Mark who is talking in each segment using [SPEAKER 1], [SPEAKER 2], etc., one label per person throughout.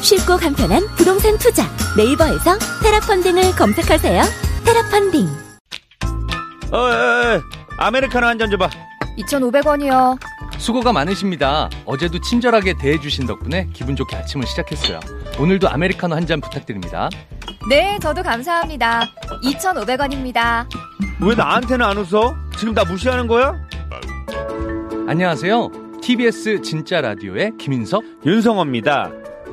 [SPEAKER 1] 쉽고 간편한 부동산 투자 네이버에서 테라펀딩을 검색하세요 테라펀딩
[SPEAKER 2] 어, 어, 어, 아메리카노 한 잔 줘봐.
[SPEAKER 3] 2,500원이요.
[SPEAKER 4] 수고가 많으십니다. 어제도 친절하게 대해주신 덕분에 기분 좋게 아침을 시작했어요. 오늘도 아메리카노 한 잔 부탁드립니다.
[SPEAKER 3] 네, 저도 감사합니다. 2,500원입니다.
[SPEAKER 2] 왜 나한테는 안 웃어? 지금 나 무시하는 거야?
[SPEAKER 4] 안녕하세요. TBS 진짜 라디오의 김인석.
[SPEAKER 2] 윤성호입니다.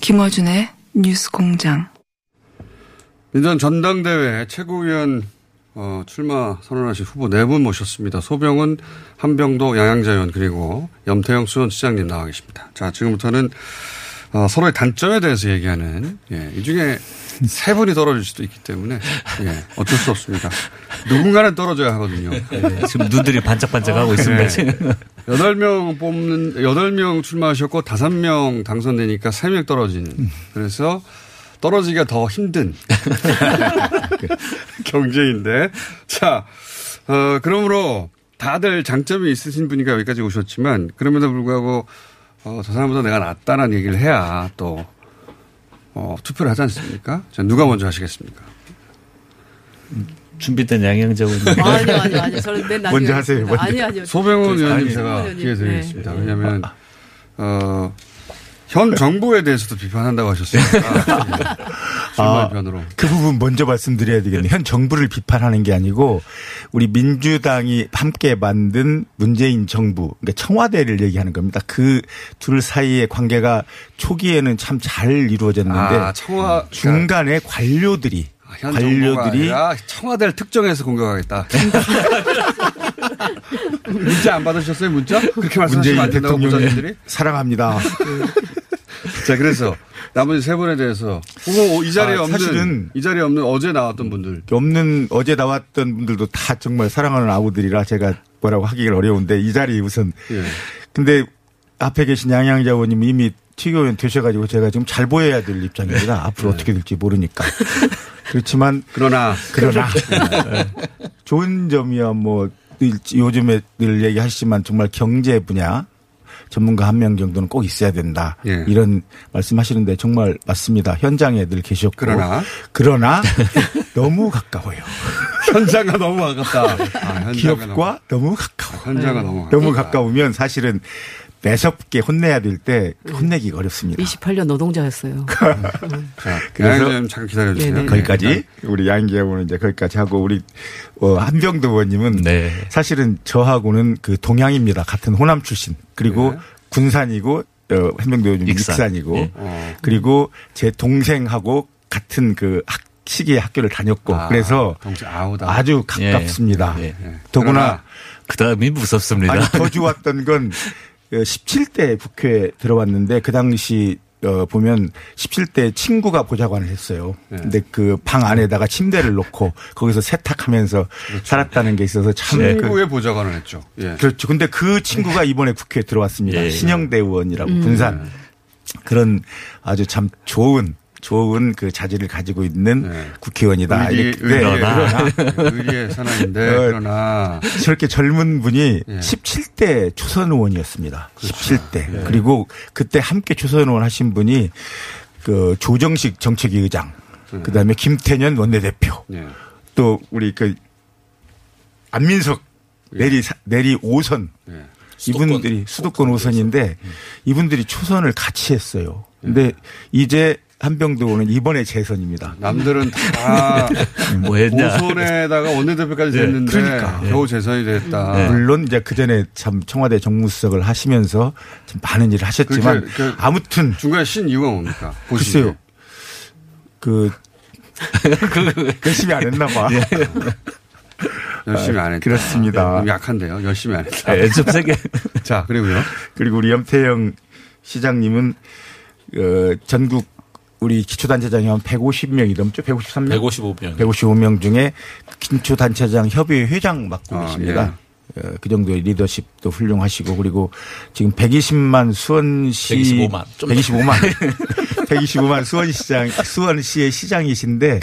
[SPEAKER 5] 김어준의 뉴스 공장.
[SPEAKER 6] 이전 전당대회 최고위원 어, 출마 선언하신 후보 네 분 모셨습니다. 소병은 한병도 양양자연 그리고 염태영 수원시장님 나와 계십니다. 자 지금부터는 어, 서로의 단점에 대해서 얘기하는 예, 이 중에 세 분이 떨어질 수도 있기 때문에 예, 어쩔 수 없습니다. 누군가는 떨어져야 하거든요. 예.
[SPEAKER 7] 지금 눈들이 반짝반짝하고 있습니다. 지금.
[SPEAKER 6] 여덟 명 뽑는 여덟 명 출마하셨고 다섯 명 당선되니까 세 명
[SPEAKER 7] 음.
[SPEAKER 6] 떨어진. 그래서 떨어지기가 더 힘든 경쟁인데 자 어, 그러므로 다들 장점이 있으신 분이니까 여기까지 오셨지만 그럼에도 불구하고 어, 저 사람보다 내가 낫다라는 얘기를 해야 또 어, 투표를 하지 않습니까? 자, 누가 먼저 하시겠습니까?
[SPEAKER 7] 준비된 양양자고
[SPEAKER 8] 아니요, 아니요, 아니요. 저는 맨 나중에.
[SPEAKER 9] 먼저 하세요, 먼저.
[SPEAKER 8] 아니요, 아니요.
[SPEAKER 6] 소병훈 의원님
[SPEAKER 7] 아니,
[SPEAKER 6] 제가
[SPEAKER 8] 의원님. 네.
[SPEAKER 6] 기회 드리겠습니다. 왜냐하면 어, 현 정부에 대해서도 비판한다고 하셨으니까
[SPEAKER 9] 네. 아,
[SPEAKER 6] 출마 편으로
[SPEAKER 9] 그 부분 먼저 말씀드려야 되겠네요. 현 정부를 비판하는 게 아니고 우리 민주당이 함께 만든 문재인 정부, 그러니까 청와대를 얘기하는 겁니다. 그 둘 사이의 관계가 초기에는 참 잘 이루어졌는데
[SPEAKER 6] 아, 청와 그러니까
[SPEAKER 9] 중간에 관료들이
[SPEAKER 6] 아, 현 정부가
[SPEAKER 9] 관료들이
[SPEAKER 6] 아니라 청와대를 특정해서 공격하겠다. 문자 안 받으셨어요? 문자? 그렇게 말씀하시면 안
[SPEAKER 9] 문재인
[SPEAKER 6] 된다고
[SPEAKER 9] 대통령이
[SPEAKER 6] 보좌님들이?
[SPEAKER 9] 사랑합니다.
[SPEAKER 6] 자, 그래서 나머지 세 분에 대해서 어머, 이 자리에
[SPEAKER 9] 아,
[SPEAKER 6] 없는
[SPEAKER 9] 사실은-
[SPEAKER 6] 이 자리에 없는 어제 나왔던 분들
[SPEAKER 9] 없는 어제 나왔던 분들도 다 정말 사랑하는 아우들이라 제가 뭐라고 하기가 어려운데 이 자리에 우선
[SPEAKER 6] 예.
[SPEAKER 9] 근데 앞에 계신 양양자 의원님 이미 최고위원 되셔가지고 제가 지금 잘 보여야 될 입장입니다. 앞으로 어떻게 될지 모르니까. 그렇지만
[SPEAKER 6] 네. 그러나
[SPEAKER 9] 그러나
[SPEAKER 6] 네.
[SPEAKER 9] 좋은 점이야 뭐 늘- 요즘에 늘 얘기하시지만 정말 경제 분야 전문가 한 명 정도는 꼭 있어야 된다.
[SPEAKER 6] 예.
[SPEAKER 9] 이런 말씀하시는데 정말 맞습니다. 현장에 늘 계셨고
[SPEAKER 6] 그러나?
[SPEAKER 9] 그러나 너무 가까워요.
[SPEAKER 6] 현장가 너무 아깝다. 아, 현장이
[SPEAKER 9] 기업과 너무 가까워. 네.
[SPEAKER 6] 너무- 현장가 너무 아깝다.
[SPEAKER 9] 너무 가까우면 사실은 매섭게 혼내야 될 때 혼내기가 어렵습니다.
[SPEAKER 8] 28년 노동자였어요.
[SPEAKER 6] 자,
[SPEAKER 9] 그래서-
[SPEAKER 6] 양양님 잠깐 기다려
[SPEAKER 8] 네,
[SPEAKER 6] 주세요.
[SPEAKER 8] 네.
[SPEAKER 9] 거기까지 우리 양재원은 이제 거기까지 하고 우리 어, 한병도 의원님은
[SPEAKER 7] 네.
[SPEAKER 9] 사실은 저하고는 그 동양입니다. 같은 호남 출신 그리고
[SPEAKER 6] 네.
[SPEAKER 9] 군산이고 어, 한병도 의원님
[SPEAKER 7] 익산.
[SPEAKER 9] 익산이고
[SPEAKER 7] 예.
[SPEAKER 6] 어.
[SPEAKER 9] 그리고 제 동생하고 같은 그 학, 시기에 학교를 다녔고
[SPEAKER 6] 아,
[SPEAKER 9] 그래서
[SPEAKER 6] 동치 아우다.
[SPEAKER 9] 아주 가깝습니다.
[SPEAKER 7] 예.
[SPEAKER 6] 예.
[SPEAKER 9] 더구나
[SPEAKER 7] 그 다음이 무섭습니다.
[SPEAKER 9] 아니 더 좋았던 건 17대 국회에 들어왔는데 그 당시 어, 보면 17대 친구가 보좌관을 했어요.
[SPEAKER 7] 예.
[SPEAKER 9] 근데 그 방 안에다가 침대를 놓고 거기서 세탁하면서
[SPEAKER 7] 그렇죠.
[SPEAKER 9] 살았다는 게 있어서 참
[SPEAKER 7] 네,
[SPEAKER 6] 그러나
[SPEAKER 9] 그-
[SPEAKER 6] 친구의 보좌관을 했죠. 예.
[SPEAKER 9] 그렇죠. 근데 그 친구가
[SPEAKER 6] 네.
[SPEAKER 9] 이번에 국회에 들어왔습니다.
[SPEAKER 7] 예.
[SPEAKER 9] 신영대 의원이라고 군산 그런 아주 참 좋은 좋은 그 자질을 가지고 있는
[SPEAKER 6] 예.
[SPEAKER 9] 국회의원이다.
[SPEAKER 6] 의리,
[SPEAKER 9] 이렇게-
[SPEAKER 6] 의리의,
[SPEAKER 9] 네.
[SPEAKER 6] 그러나. 의리의 사나인데
[SPEAKER 9] 어,
[SPEAKER 6] 그러나
[SPEAKER 9] 저렇게 젊은 분이
[SPEAKER 6] 예. 그렇죠.
[SPEAKER 9] 17대 초선 의원이었습니다. 17대. 그리고 그때 함께 초선 의원 하신 분이 그 조정식 정책위 의장, 그 다음에 김태년 원내대표,
[SPEAKER 6] 예.
[SPEAKER 9] 또 우리 그 안민석 내리, 사- 내리 5선.
[SPEAKER 6] 예.
[SPEAKER 9] 예. 이분들이 수도권 5선인데 이분들이 초선을 같이 했어요. 근데 이제 한병도는 이번에 재선입니다.
[SPEAKER 6] 남들은 다
[SPEAKER 9] 아, 뭐 했냐.
[SPEAKER 6] 오선에다가 아, 원내대표까지
[SPEAKER 9] 예,
[SPEAKER 6] 됐는데
[SPEAKER 9] 그러니까.
[SPEAKER 6] 겨우 재선이 됐다.
[SPEAKER 9] 물론 이제 그 전에 참 청와대 정무수석을 하시면서 참 많은 일을 하셨지만
[SPEAKER 6] 그렇게- 그렇게
[SPEAKER 9] 아무튼
[SPEAKER 6] 중간에 신 이유가 뭡니까? 보시기에.
[SPEAKER 9] 글쎄요. 그 열심히 안 했나 봐.
[SPEAKER 6] 예. 열심히 안 했다. 예.
[SPEAKER 9] 그렇습니다.
[SPEAKER 6] 좀 약한데요. 열심히 안 했다.
[SPEAKER 9] 예, 좀 세게.
[SPEAKER 6] 자, 그리고요.
[SPEAKER 9] 그리고 우리 염태영 시장님은 어, 전국 우리 기초단체장이 한 150명이 넘죠?
[SPEAKER 10] 네?
[SPEAKER 9] 153명?
[SPEAKER 11] 155명.
[SPEAKER 9] 155명 중에 기초단체장 협의회 회장 맡고
[SPEAKER 11] 아,
[SPEAKER 9] 계십니다.
[SPEAKER 6] 예.
[SPEAKER 9] 어, 그 정도의 리더십도 훌륭하시고 그리고 지금 120만 수원시
[SPEAKER 11] 125만. 좀 더.
[SPEAKER 9] 125만 125만 수원시장 수원시의 시장이신데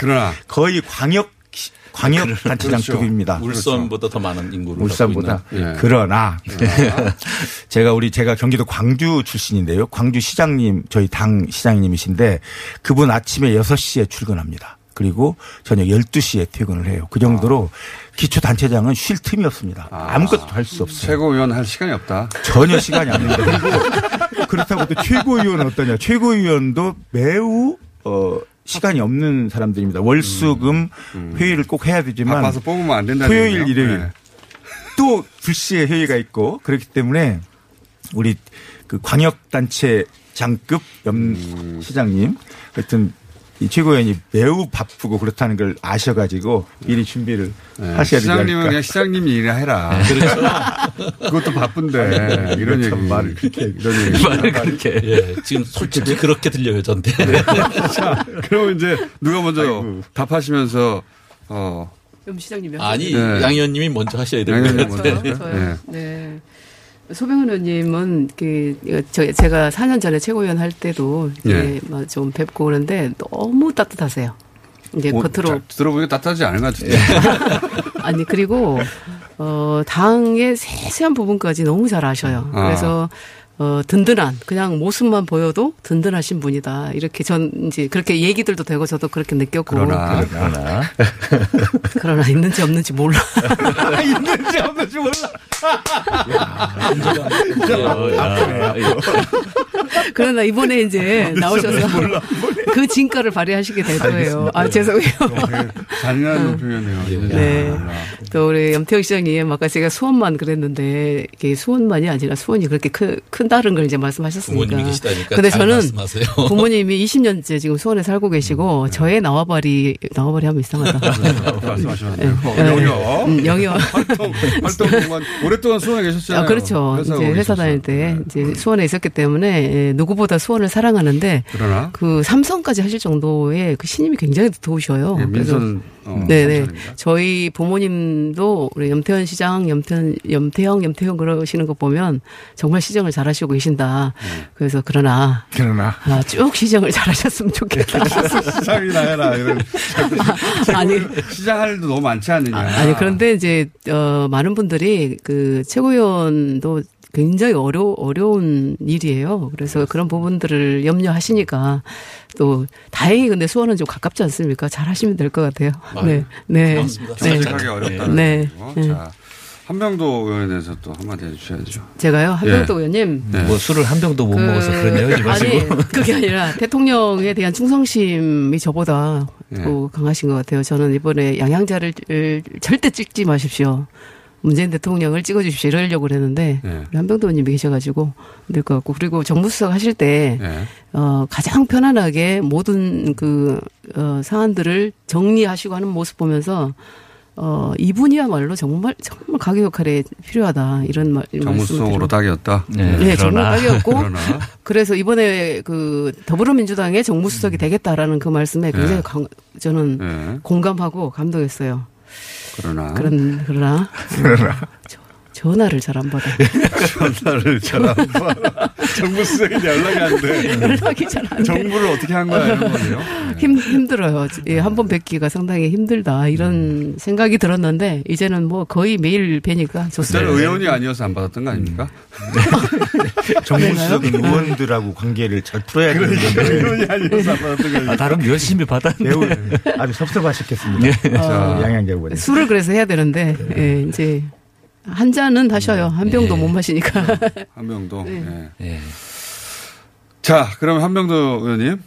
[SPEAKER 9] 거의 광역 시- 광역
[SPEAKER 6] 그렇죠.
[SPEAKER 9] 단체장급입니다.
[SPEAKER 11] 울산보다 더 많은 인구를
[SPEAKER 9] 울산보다
[SPEAKER 11] 갖고 있는. 예. 네.
[SPEAKER 9] 그러나
[SPEAKER 11] 그러나.
[SPEAKER 9] 제가 우리 제가 경기도 광주 출신인데요. 광주 시장님 저희 당 시장님이신데 그분 아침에 6시에 출근합니다. 그리고 저녁 12시에 퇴근을 해요. 그 정도로
[SPEAKER 11] 아.
[SPEAKER 9] 기초 단체장은 쉴 틈이 없습니다. 아무것도 할 수 없어요.
[SPEAKER 6] 최고위원 할 시간이 없다.
[SPEAKER 9] 전혀 시간이 안 됩니다. 그리고 그렇다고 또 최고위원은 어떠냐. 최고위원도 매우, 어, 시간이 없는 사람들입니다. 월수금 회의를 꼭 해야 되지만.
[SPEAKER 6] 음, 바빠서 뽑으면 안 된다는
[SPEAKER 9] 토요일,
[SPEAKER 6] 얘기네요.
[SPEAKER 9] 일요일.
[SPEAKER 6] 네.
[SPEAKER 9] 또 불시에 회의가 있고 그렇기 때문에 우리 그 광역단체 장급 염
[SPEAKER 6] 음.
[SPEAKER 9] 시장님 하여튼 이 최고위원이 매우 바쁘고 그렇다는 걸 아셔가지고 미리 준비를 하셔야 되지
[SPEAKER 6] 네.
[SPEAKER 9] 않을까. 네.
[SPEAKER 6] 시장님은 그냥 시장님이 일을 해라. 그렇죠. 그것도 바쁜데 이런
[SPEAKER 9] 그렇죠.
[SPEAKER 6] 얘기 말을 그렇게 이런 얘기
[SPEAKER 11] 말을 그렇게. 예, 지금 솔직히 그렇게 들려요, 저한테.
[SPEAKER 9] 네.
[SPEAKER 6] 자, 그러면 이제 누가 먼저 답하시면서 어 네.
[SPEAKER 8] 염 시장님이
[SPEAKER 11] 아니,
[SPEAKER 8] 하세요. 네.
[SPEAKER 11] 양 의원님이 먼저 하셔야
[SPEAKER 6] 양
[SPEAKER 11] 됩니다.
[SPEAKER 6] 의원님 먼저
[SPEAKER 8] 저요, 저요. 네. 소병훈 의원님은 그, 저, 제가 4년 전에 최고위원 할 때도
[SPEAKER 6] 예.
[SPEAKER 8] 이렇게 막좀 뵙고 오는데 너무 따뜻하세요. 이제
[SPEAKER 6] 뭐,
[SPEAKER 8] 겉으로 네.
[SPEAKER 6] 자, 들어보니까 따뜻하지 않은 것 같은데.
[SPEAKER 8] 아니 그리고 어 당의 세세한 부분까지 너무 잘 아셔요.
[SPEAKER 6] 아.
[SPEAKER 8] 그래서 어 든든한 그냥 모습만 보여도 든든하신 분이다. 이렇게 전 이제 그렇게 얘기들도 되고 저도 그렇게 느꼈고
[SPEAKER 6] 그러나
[SPEAKER 8] 그러나 있는지 없는지 몰라.
[SPEAKER 9] 있는지 없는지
[SPEAKER 6] 아, 예.
[SPEAKER 11] 몰라.
[SPEAKER 8] 그러나 이번에 이제
[SPEAKER 6] 아,
[SPEAKER 8] 나오셔서 그 진가를 발휘하시게 될 거예요. 아 죄송해요.
[SPEAKER 6] 네,
[SPEAKER 8] 아.
[SPEAKER 6] 잔인한
[SPEAKER 11] 아, 예.
[SPEAKER 6] 표현이에요.
[SPEAKER 8] 네. 또 우리 염태영 시장님 아까 제가 수원만 그랬는데 이게 수원만이 아니라 수원이 그렇게 크, 큰다는 걸 이제 말씀하셨으니까.
[SPEAKER 11] 부모님이 계시다니까
[SPEAKER 8] 근데
[SPEAKER 11] 잘
[SPEAKER 8] 저는
[SPEAKER 11] 말씀하세요. 음, 네.
[SPEAKER 8] 부모님이 20년째 지금 수원에 살고 계시고 저의 나와바리 나와바리 하면 이상하다.
[SPEAKER 6] 말씀하셨네요.
[SPEAKER 8] 네.
[SPEAKER 6] 어, 영역.
[SPEAKER 8] 음, 영역.
[SPEAKER 6] 활동, 활동 동안 오랫동안 수원에 계셨잖아요.
[SPEAKER 8] 아,
[SPEAKER 6] 네.
[SPEAKER 8] 그렇죠.
[SPEAKER 6] 회사
[SPEAKER 8] 이제 회사 다닐 때 이제 수원에 있었기 때문에 예, 누구보다 수원을 사랑하는데
[SPEAKER 6] 그러나?
[SPEAKER 8] 그 삼성까지 하실 정도의 그 신임이 굉장히
[SPEAKER 9] 어,
[SPEAKER 8] 도우셔요.
[SPEAKER 6] 예, 민선,
[SPEAKER 8] 그래서
[SPEAKER 6] 어,
[SPEAKER 8] 네네. 저희 부모님도 우리 염태현 시장, 염태현, 염태영, 염태영 그러시는 거 보면 정말 시정을 잘하시고 계신다.
[SPEAKER 6] 음.
[SPEAKER 8] 그래서 그러나
[SPEAKER 9] 그러나
[SPEAKER 8] 아, 쭉 시정을 잘하셨으면 좋겠다.
[SPEAKER 6] 시장이 나야라 이런.
[SPEAKER 8] 아니
[SPEAKER 6] 시장할 일도 너무 많지 않느냐.
[SPEAKER 8] 아니 그런데 이제 어 많은 분들이 그 최고위원도 굉장히 어려 어려운 일이에요. 그래서 그런 부분들을 염려하시니까 또 다행히 근데 수원은 좀 가깝지 않습니까? 잘 하시면 될 것 같아요. 네, 네,
[SPEAKER 6] 예. 고맙습니다. 정직하게 어렵다는
[SPEAKER 8] 네,
[SPEAKER 6] 거고.
[SPEAKER 8] 네.
[SPEAKER 6] 자, 한명도 의원에 대해서 또 한마디 해주셔야죠.
[SPEAKER 8] 제가요 한병도
[SPEAKER 6] 예.
[SPEAKER 8] 의원님.
[SPEAKER 6] 네.
[SPEAKER 7] 뭐 술을 한 병도 못 먹어서 그런 얘기 마시고.
[SPEAKER 8] 아니 그게 아니라 대통령에 대한 충성심이 저보다 또 강하신 것 같아요. 저는 이번에 양양자를 절대 찍지 마십시오. 문재인 대통령을 찍어주십시오. 이러려고 그랬는데
[SPEAKER 10] 예.
[SPEAKER 8] 우리 한병도 의원님이 계셔가지고 안 될 것 같고 그리고 정무수석 하실 때
[SPEAKER 6] 예.
[SPEAKER 8] 어, 가장 편안하게 모든 그 어, 사안들을 정리하시고 하는 모습 보면서 어, 이분이야말로 정말 정말 가교 역할에 필요하다 이런 말
[SPEAKER 6] 정무수석으로 딱이었다.
[SPEAKER 8] 네, 네, 정말 딱이었고 그래서 이번에 그 더불어민주당의 정무수석이 되겠다라는 그 말씀에 굉장히
[SPEAKER 6] 예.
[SPEAKER 8] 강- 저는
[SPEAKER 6] 예.
[SPEAKER 8] 공감하고 감동했어요.
[SPEAKER 6] 그러나.
[SPEAKER 8] 그런 그러나 음,
[SPEAKER 6] 그러나.
[SPEAKER 8] 저- 전화를 잘 안 받아.
[SPEAKER 6] 전화를 잘안 받아. 정부 수석이 연락이 안 돼.
[SPEAKER 8] 연락이 잘안 돼.
[SPEAKER 6] 정부를 어떻게 한 거야, 이런 거예요.
[SPEAKER 8] 힘 힘들어요. 예, 한 번 뵙기가 상당히 힘들다 이런
[SPEAKER 6] 음.
[SPEAKER 8] 생각이 들었는데 이제는 뭐 거의 매일 뵈니까
[SPEAKER 6] 그때는
[SPEAKER 8] 좋습니다.
[SPEAKER 6] 의원이 아니어서 안 받았던 거 아닙니까?
[SPEAKER 9] 정무수석인 의원들하고 관계를 잘 풀어야 되는데.
[SPEAKER 6] 그러니까 아니어서 안 받았던 거 아닙니까?
[SPEAKER 9] 나름 열심히 받았는데. 예. 아주 섭섭하셨겠습니다.
[SPEAKER 6] 아.
[SPEAKER 8] 어.
[SPEAKER 9] 양양자 의원님.
[SPEAKER 8] 술을 그래서 해야 되는데
[SPEAKER 9] 네.
[SPEAKER 8] 예, 이제 한
[SPEAKER 6] 예.
[SPEAKER 8] 잔은 하셔요. 한 병도 못 마시니까.
[SPEAKER 6] 한 명도. 예. 네. 자, 그럼 한명도 의원님.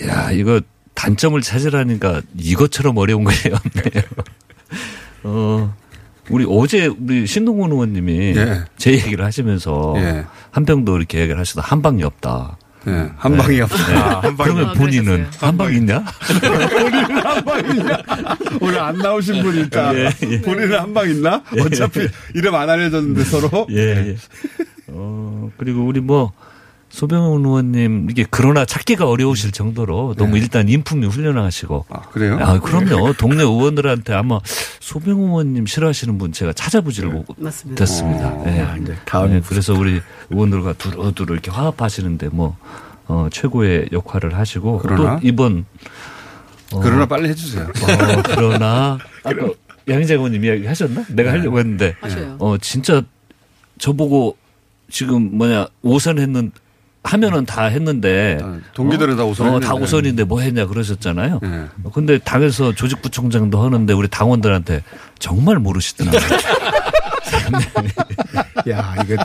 [SPEAKER 10] 야, 이거 단점을 찾으라니까 이것처럼 어려운 거예요. 어, 우리 어제 우리 신동훈 의원님이
[SPEAKER 6] 예.
[SPEAKER 10] 제 얘기를 하시면서
[SPEAKER 6] 예.
[SPEAKER 10] 한병도 이렇게 얘기를 하시다 한 방이 없다. 네.
[SPEAKER 6] 예, 한 방이 없다. 아, 한 방이
[SPEAKER 10] 그러면
[SPEAKER 6] 없다.
[SPEAKER 10] 본인은 한 방이 있냐?
[SPEAKER 6] 본인은 한 방 있냐? 오늘 안 나오신 분이 있다.
[SPEAKER 10] 예, 예.
[SPEAKER 6] 본인은 한 방 있나? 어차피 이름 안 알려졌는데 서로.
[SPEAKER 10] 예, 예. 어, 그리고 우리 뭐, 소병훈 의원님, 이게 그러나 찾기가 어려우실 정도로 너무 일단 인품이 훌륭하시고. 아,
[SPEAKER 6] 네. 그래요?
[SPEAKER 10] 그럼요. 동네 의원들한테 아마 소병훈 의원님 싫어하시는 분 제가 찾아보지를
[SPEAKER 8] 네, 맞습니다.
[SPEAKER 10] 못했습니다.
[SPEAKER 8] 어,
[SPEAKER 6] 아,
[SPEAKER 10] 예. 예, 그래서 우리 의원들과 두루두루 이렇게 화합하시는데 뭐, 어, 최고의 역할을 하시고.
[SPEAKER 6] 그러나?
[SPEAKER 10] 또 이번. 어,
[SPEAKER 6] 그러나 빨리 해주세요.
[SPEAKER 10] 어, 그러나 아까 양희재 의원님 이야기 하셨나? 내가 하려고 했는데
[SPEAKER 8] 네. 하셔요.
[SPEAKER 10] 어 진짜 저보고 지금 뭐냐 오선했는 하면은 다 했는데
[SPEAKER 6] 동기들은 다 오선했는데.
[SPEAKER 11] 네.
[SPEAKER 10] 어, 다 오선인데 뭐 했냐 그러셨잖아요. 어, 근데 당에서 조직부총장도 하는데 우리 당원들한테 정말 모르시더라고요.
[SPEAKER 7] 야, 이거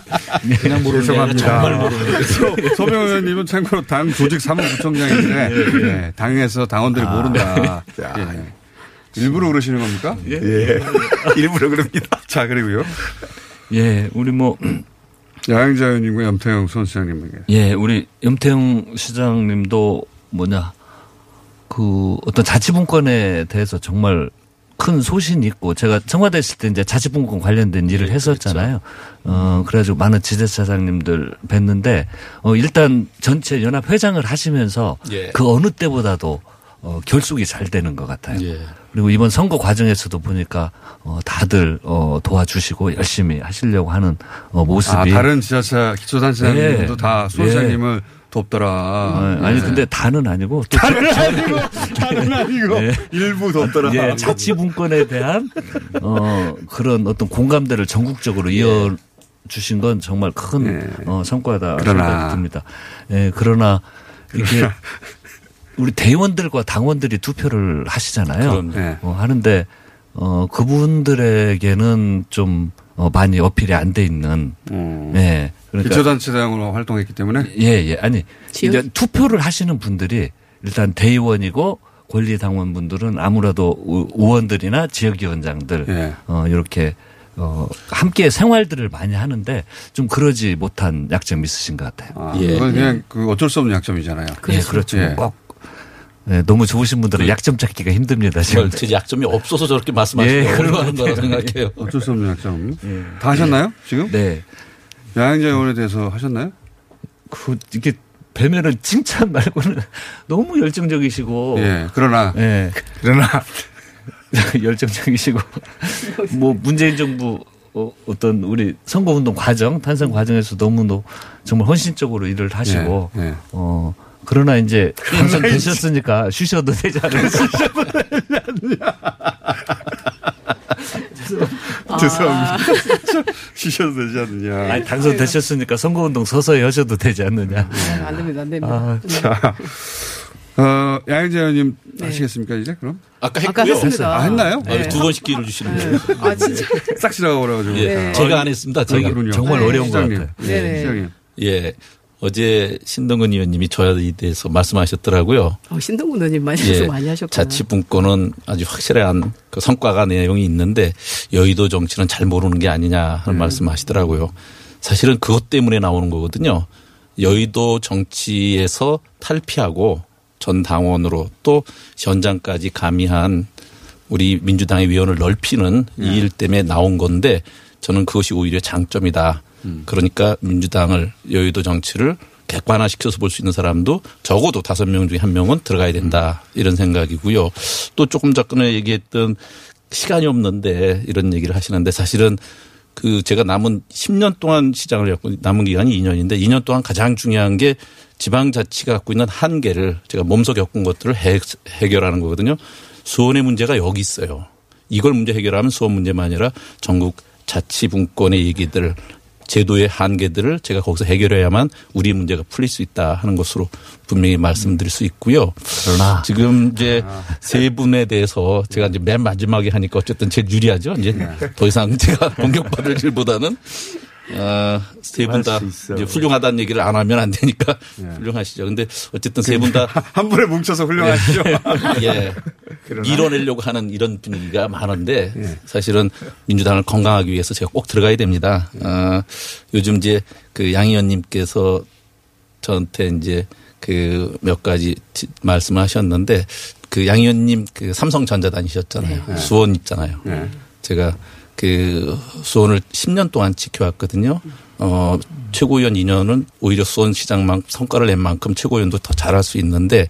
[SPEAKER 7] 그냥 모르는 게 아니라 정말 모르는 거예요.
[SPEAKER 6] 소- 소병 의원님은 참고로 당 조직 사무부총장인데 예, 당에서 당원들이
[SPEAKER 7] 아.
[SPEAKER 6] 모른다. 예. 일부러 그러시는 겁니까? 예. 일부러 그럽니다. 자 그리고요.
[SPEAKER 10] 예, 우리 뭐
[SPEAKER 6] 양양자 의원님과 염태영 선 시장님에게.
[SPEAKER 10] 예, 우리 염태웅 시장님도 뭐냐 그 어떤 자치분권에 대해서 정말 큰 소신이 있고 제가 청와대 있을 때 이제 자치분권 관련된 일을
[SPEAKER 6] 그렇죠.
[SPEAKER 10] 했었잖아요. 어 그래가지고 많은 지자체장님들 뵀는데 어 일단 전체 연합 회장을 하시면서
[SPEAKER 12] 예.
[SPEAKER 10] 그 어느 때보다도 어 결속이 잘 되는 것 같아요.
[SPEAKER 12] 예.
[SPEAKER 10] 그리고 이번 선거 과정에서도 보니까 어 다들 어 도와주시고 열심히 하시려고 하는 어 모습이
[SPEAKER 6] 아 다른 지자체 기초단체장님도
[SPEAKER 10] 예.
[SPEAKER 6] 다소
[SPEAKER 10] 예.
[SPEAKER 6] 시장님을 돕더라.
[SPEAKER 10] 아, 아니
[SPEAKER 6] 예.
[SPEAKER 10] 근데 다는 아니고 또
[SPEAKER 6] 다른
[SPEAKER 10] 자-
[SPEAKER 6] 아니고 다른 아니고
[SPEAKER 10] 예.
[SPEAKER 6] 일부 돕더라.
[SPEAKER 10] 예, 자치분권에 대한 어, 그런 어떤 공감대를 전국적으로
[SPEAKER 6] 예.
[SPEAKER 10] 이어 주신 건 정말 큰 어, 성과다
[SPEAKER 6] 그러나.
[SPEAKER 10] 생각이 듭니다. 예, 그러나 이게 우리 대의원들과 당원들이 투표를 하시잖아요.
[SPEAKER 6] 예.
[SPEAKER 10] 어, 하는데 어, 그분들에게는 좀 어, 많이 어필이 안 돼 있는
[SPEAKER 6] 음.
[SPEAKER 10] 예.
[SPEAKER 6] 기초단체장으로 활동했기 때문에
[SPEAKER 10] 예, 예. 아니, 이제 투표를 하시는 분들이 일단 대의원이고 권리당원분들은 아무래도 의- 의원들이나 지역위원장들,
[SPEAKER 6] 예.
[SPEAKER 10] 어, 이렇게, 어, 함께 생활들을 많이 하는데 좀 그러지 못한 약점이 있으신 것 같아요.
[SPEAKER 6] 그건 그냥 그 어쩔 수 없는 약점이잖아요.
[SPEAKER 10] 예, 그렇죠. 꼭. 네, 너무 좋으신 분들은 약점 찾기가 힘듭니다. 지금.
[SPEAKER 6] 정말 제 약점이 없어서 저렇게
[SPEAKER 10] 예,
[SPEAKER 6] 말씀하시는 거
[SPEAKER 10] 그런 것
[SPEAKER 6] 하는 거라고
[SPEAKER 10] 같아요.
[SPEAKER 6] 생각해요. 어쩔 수 없는 약점.
[SPEAKER 10] 예.
[SPEAKER 6] 다 하셨나요? 지금?
[SPEAKER 10] 네.
[SPEAKER 6] 양양자 의원에 대해서 하셨나요?
[SPEAKER 10] 그 이게 뵈면은 칭찬 말고는 너무 열정적이시고
[SPEAKER 6] 예, 그러나.
[SPEAKER 10] 예.
[SPEAKER 6] 그러나.
[SPEAKER 10] 열정적이시고 뭐 문재인 정부 어, 어떤 우리 선거운동 과정 탄생 과정에서 너무도 정말 헌신적으로 일을 하시고
[SPEAKER 6] 예, 예.
[SPEAKER 10] 어 그러나 이제 당선 되셨으니까 쉬셔도 되지 않을까
[SPEAKER 6] 죄송합니다. 쉬셔도 되지 않느냐.
[SPEAKER 10] 아니 당선 되셨으니까 선거운동 서서히 하셔도 되지 않느냐
[SPEAKER 8] 네, 안 됩니다, 안 됩니다. 네.
[SPEAKER 10] 아,
[SPEAKER 6] 자. 어, 양양자 의원님 하시겠습니까, 이제 그럼?
[SPEAKER 10] 아까
[SPEAKER 8] 아까 했고요. 했습니다.
[SPEAKER 6] 아, 했나요?
[SPEAKER 10] 아, 네. 두 번씩
[SPEAKER 6] 기회를 주시는 거예요. 아, 진짜. 싹 지나가 버려가지고.
[SPEAKER 10] 예,
[SPEAKER 6] 네.
[SPEAKER 10] 제가 안 했습니다. 제가.
[SPEAKER 6] 그럼요. 네,
[SPEAKER 10] 정말 어려운 것
[SPEAKER 6] 시장님.
[SPEAKER 10] 같아요.
[SPEAKER 6] 예,
[SPEAKER 8] 네네.
[SPEAKER 6] 시장님.
[SPEAKER 10] 예. 어제 신동근 의원님이 저에 대해서 말씀하셨더라고요.
[SPEAKER 8] 어, 신동구 의원님 많이 실수
[SPEAKER 11] 예,
[SPEAKER 8] 많이 하셨구나.
[SPEAKER 10] 예, 자치분권은 아주 확실한 그 성과가 내용이 있는데 여의도 정치는 잘 모르는 게 아니냐
[SPEAKER 8] 음.
[SPEAKER 10] 하는 말씀하시더라고요. 사실은 그것 때문에 나오는 거거든요. 여의도 정치에서 탈피하고 전 당원으로 또 현장까지 가미한 우리 민주당의 위원을 넓히는 이 일 때문에 나온 건데 저는 그것이 오히려 장점이다. 그러니까 민주당을 여의도 정치를 객관화시켜서 볼 수 있는 사람도 적어도 다섯 명 중에 한 명은 들어가야 된다 이런 생각이고요. 또 조금 전에 얘기했던 시간이 없는데 이런 얘기를 하시는데 사실은 그 제가 남은 10년 동안 시장을 했고 남은 기간이 2년인데 2년 동안 가장 중요한 게 지방자치가 갖고 있는 한계를 제가 몸소 겪은 것들을 해, 해결하는 거거든요. 수원의 문제가 여기 있어요. 이걸 문제 해결하면 수원 문제만 아니라 전국 자치분권의 얘기들 제도의 한계들을 제가 거기서 해결해야만 우리 문제가 풀릴 수 있다 하는 것으로 분명히 말씀드릴 수 있고요. 그러나 지금 이제 세 분에 대해서 제가 이제 네. 맨 마지막에 하니까 어쨌든 제일 유리하죠. 이제 더 이상 제가 공격받을 일보다는
[SPEAKER 11] 어, 세분다 훌륭하다는 얘기를 안 하면 안 되니까 훌륭하시죠. 근데 어쨌든 세 분 다
[SPEAKER 6] 예. 그, 한 분에 뭉쳐서 훌륭하시죠.
[SPEAKER 11] 예. 밀어내려고 하는 이런 분위기가 많은데
[SPEAKER 6] 예.
[SPEAKER 11] 사실은 민주당을 건강하기 위해서 제가 꼭 들어가야 됩니다. 어, 요즘 이제 그 양 의원님께서 저한테 이제 그 몇 가지 지- 말씀하셨는데 그 양 의원님 그 삼성전자 다니셨잖아요.
[SPEAKER 6] 예.
[SPEAKER 10] 네.
[SPEAKER 11] 수원 있잖아요. 제가 그 수원을 10년 동안 지켜왔거든요. 어, 최고위원 2년은 오히려 수원 시장만 성과를 낸 만큼 최고위원도 더 잘할 수 있는데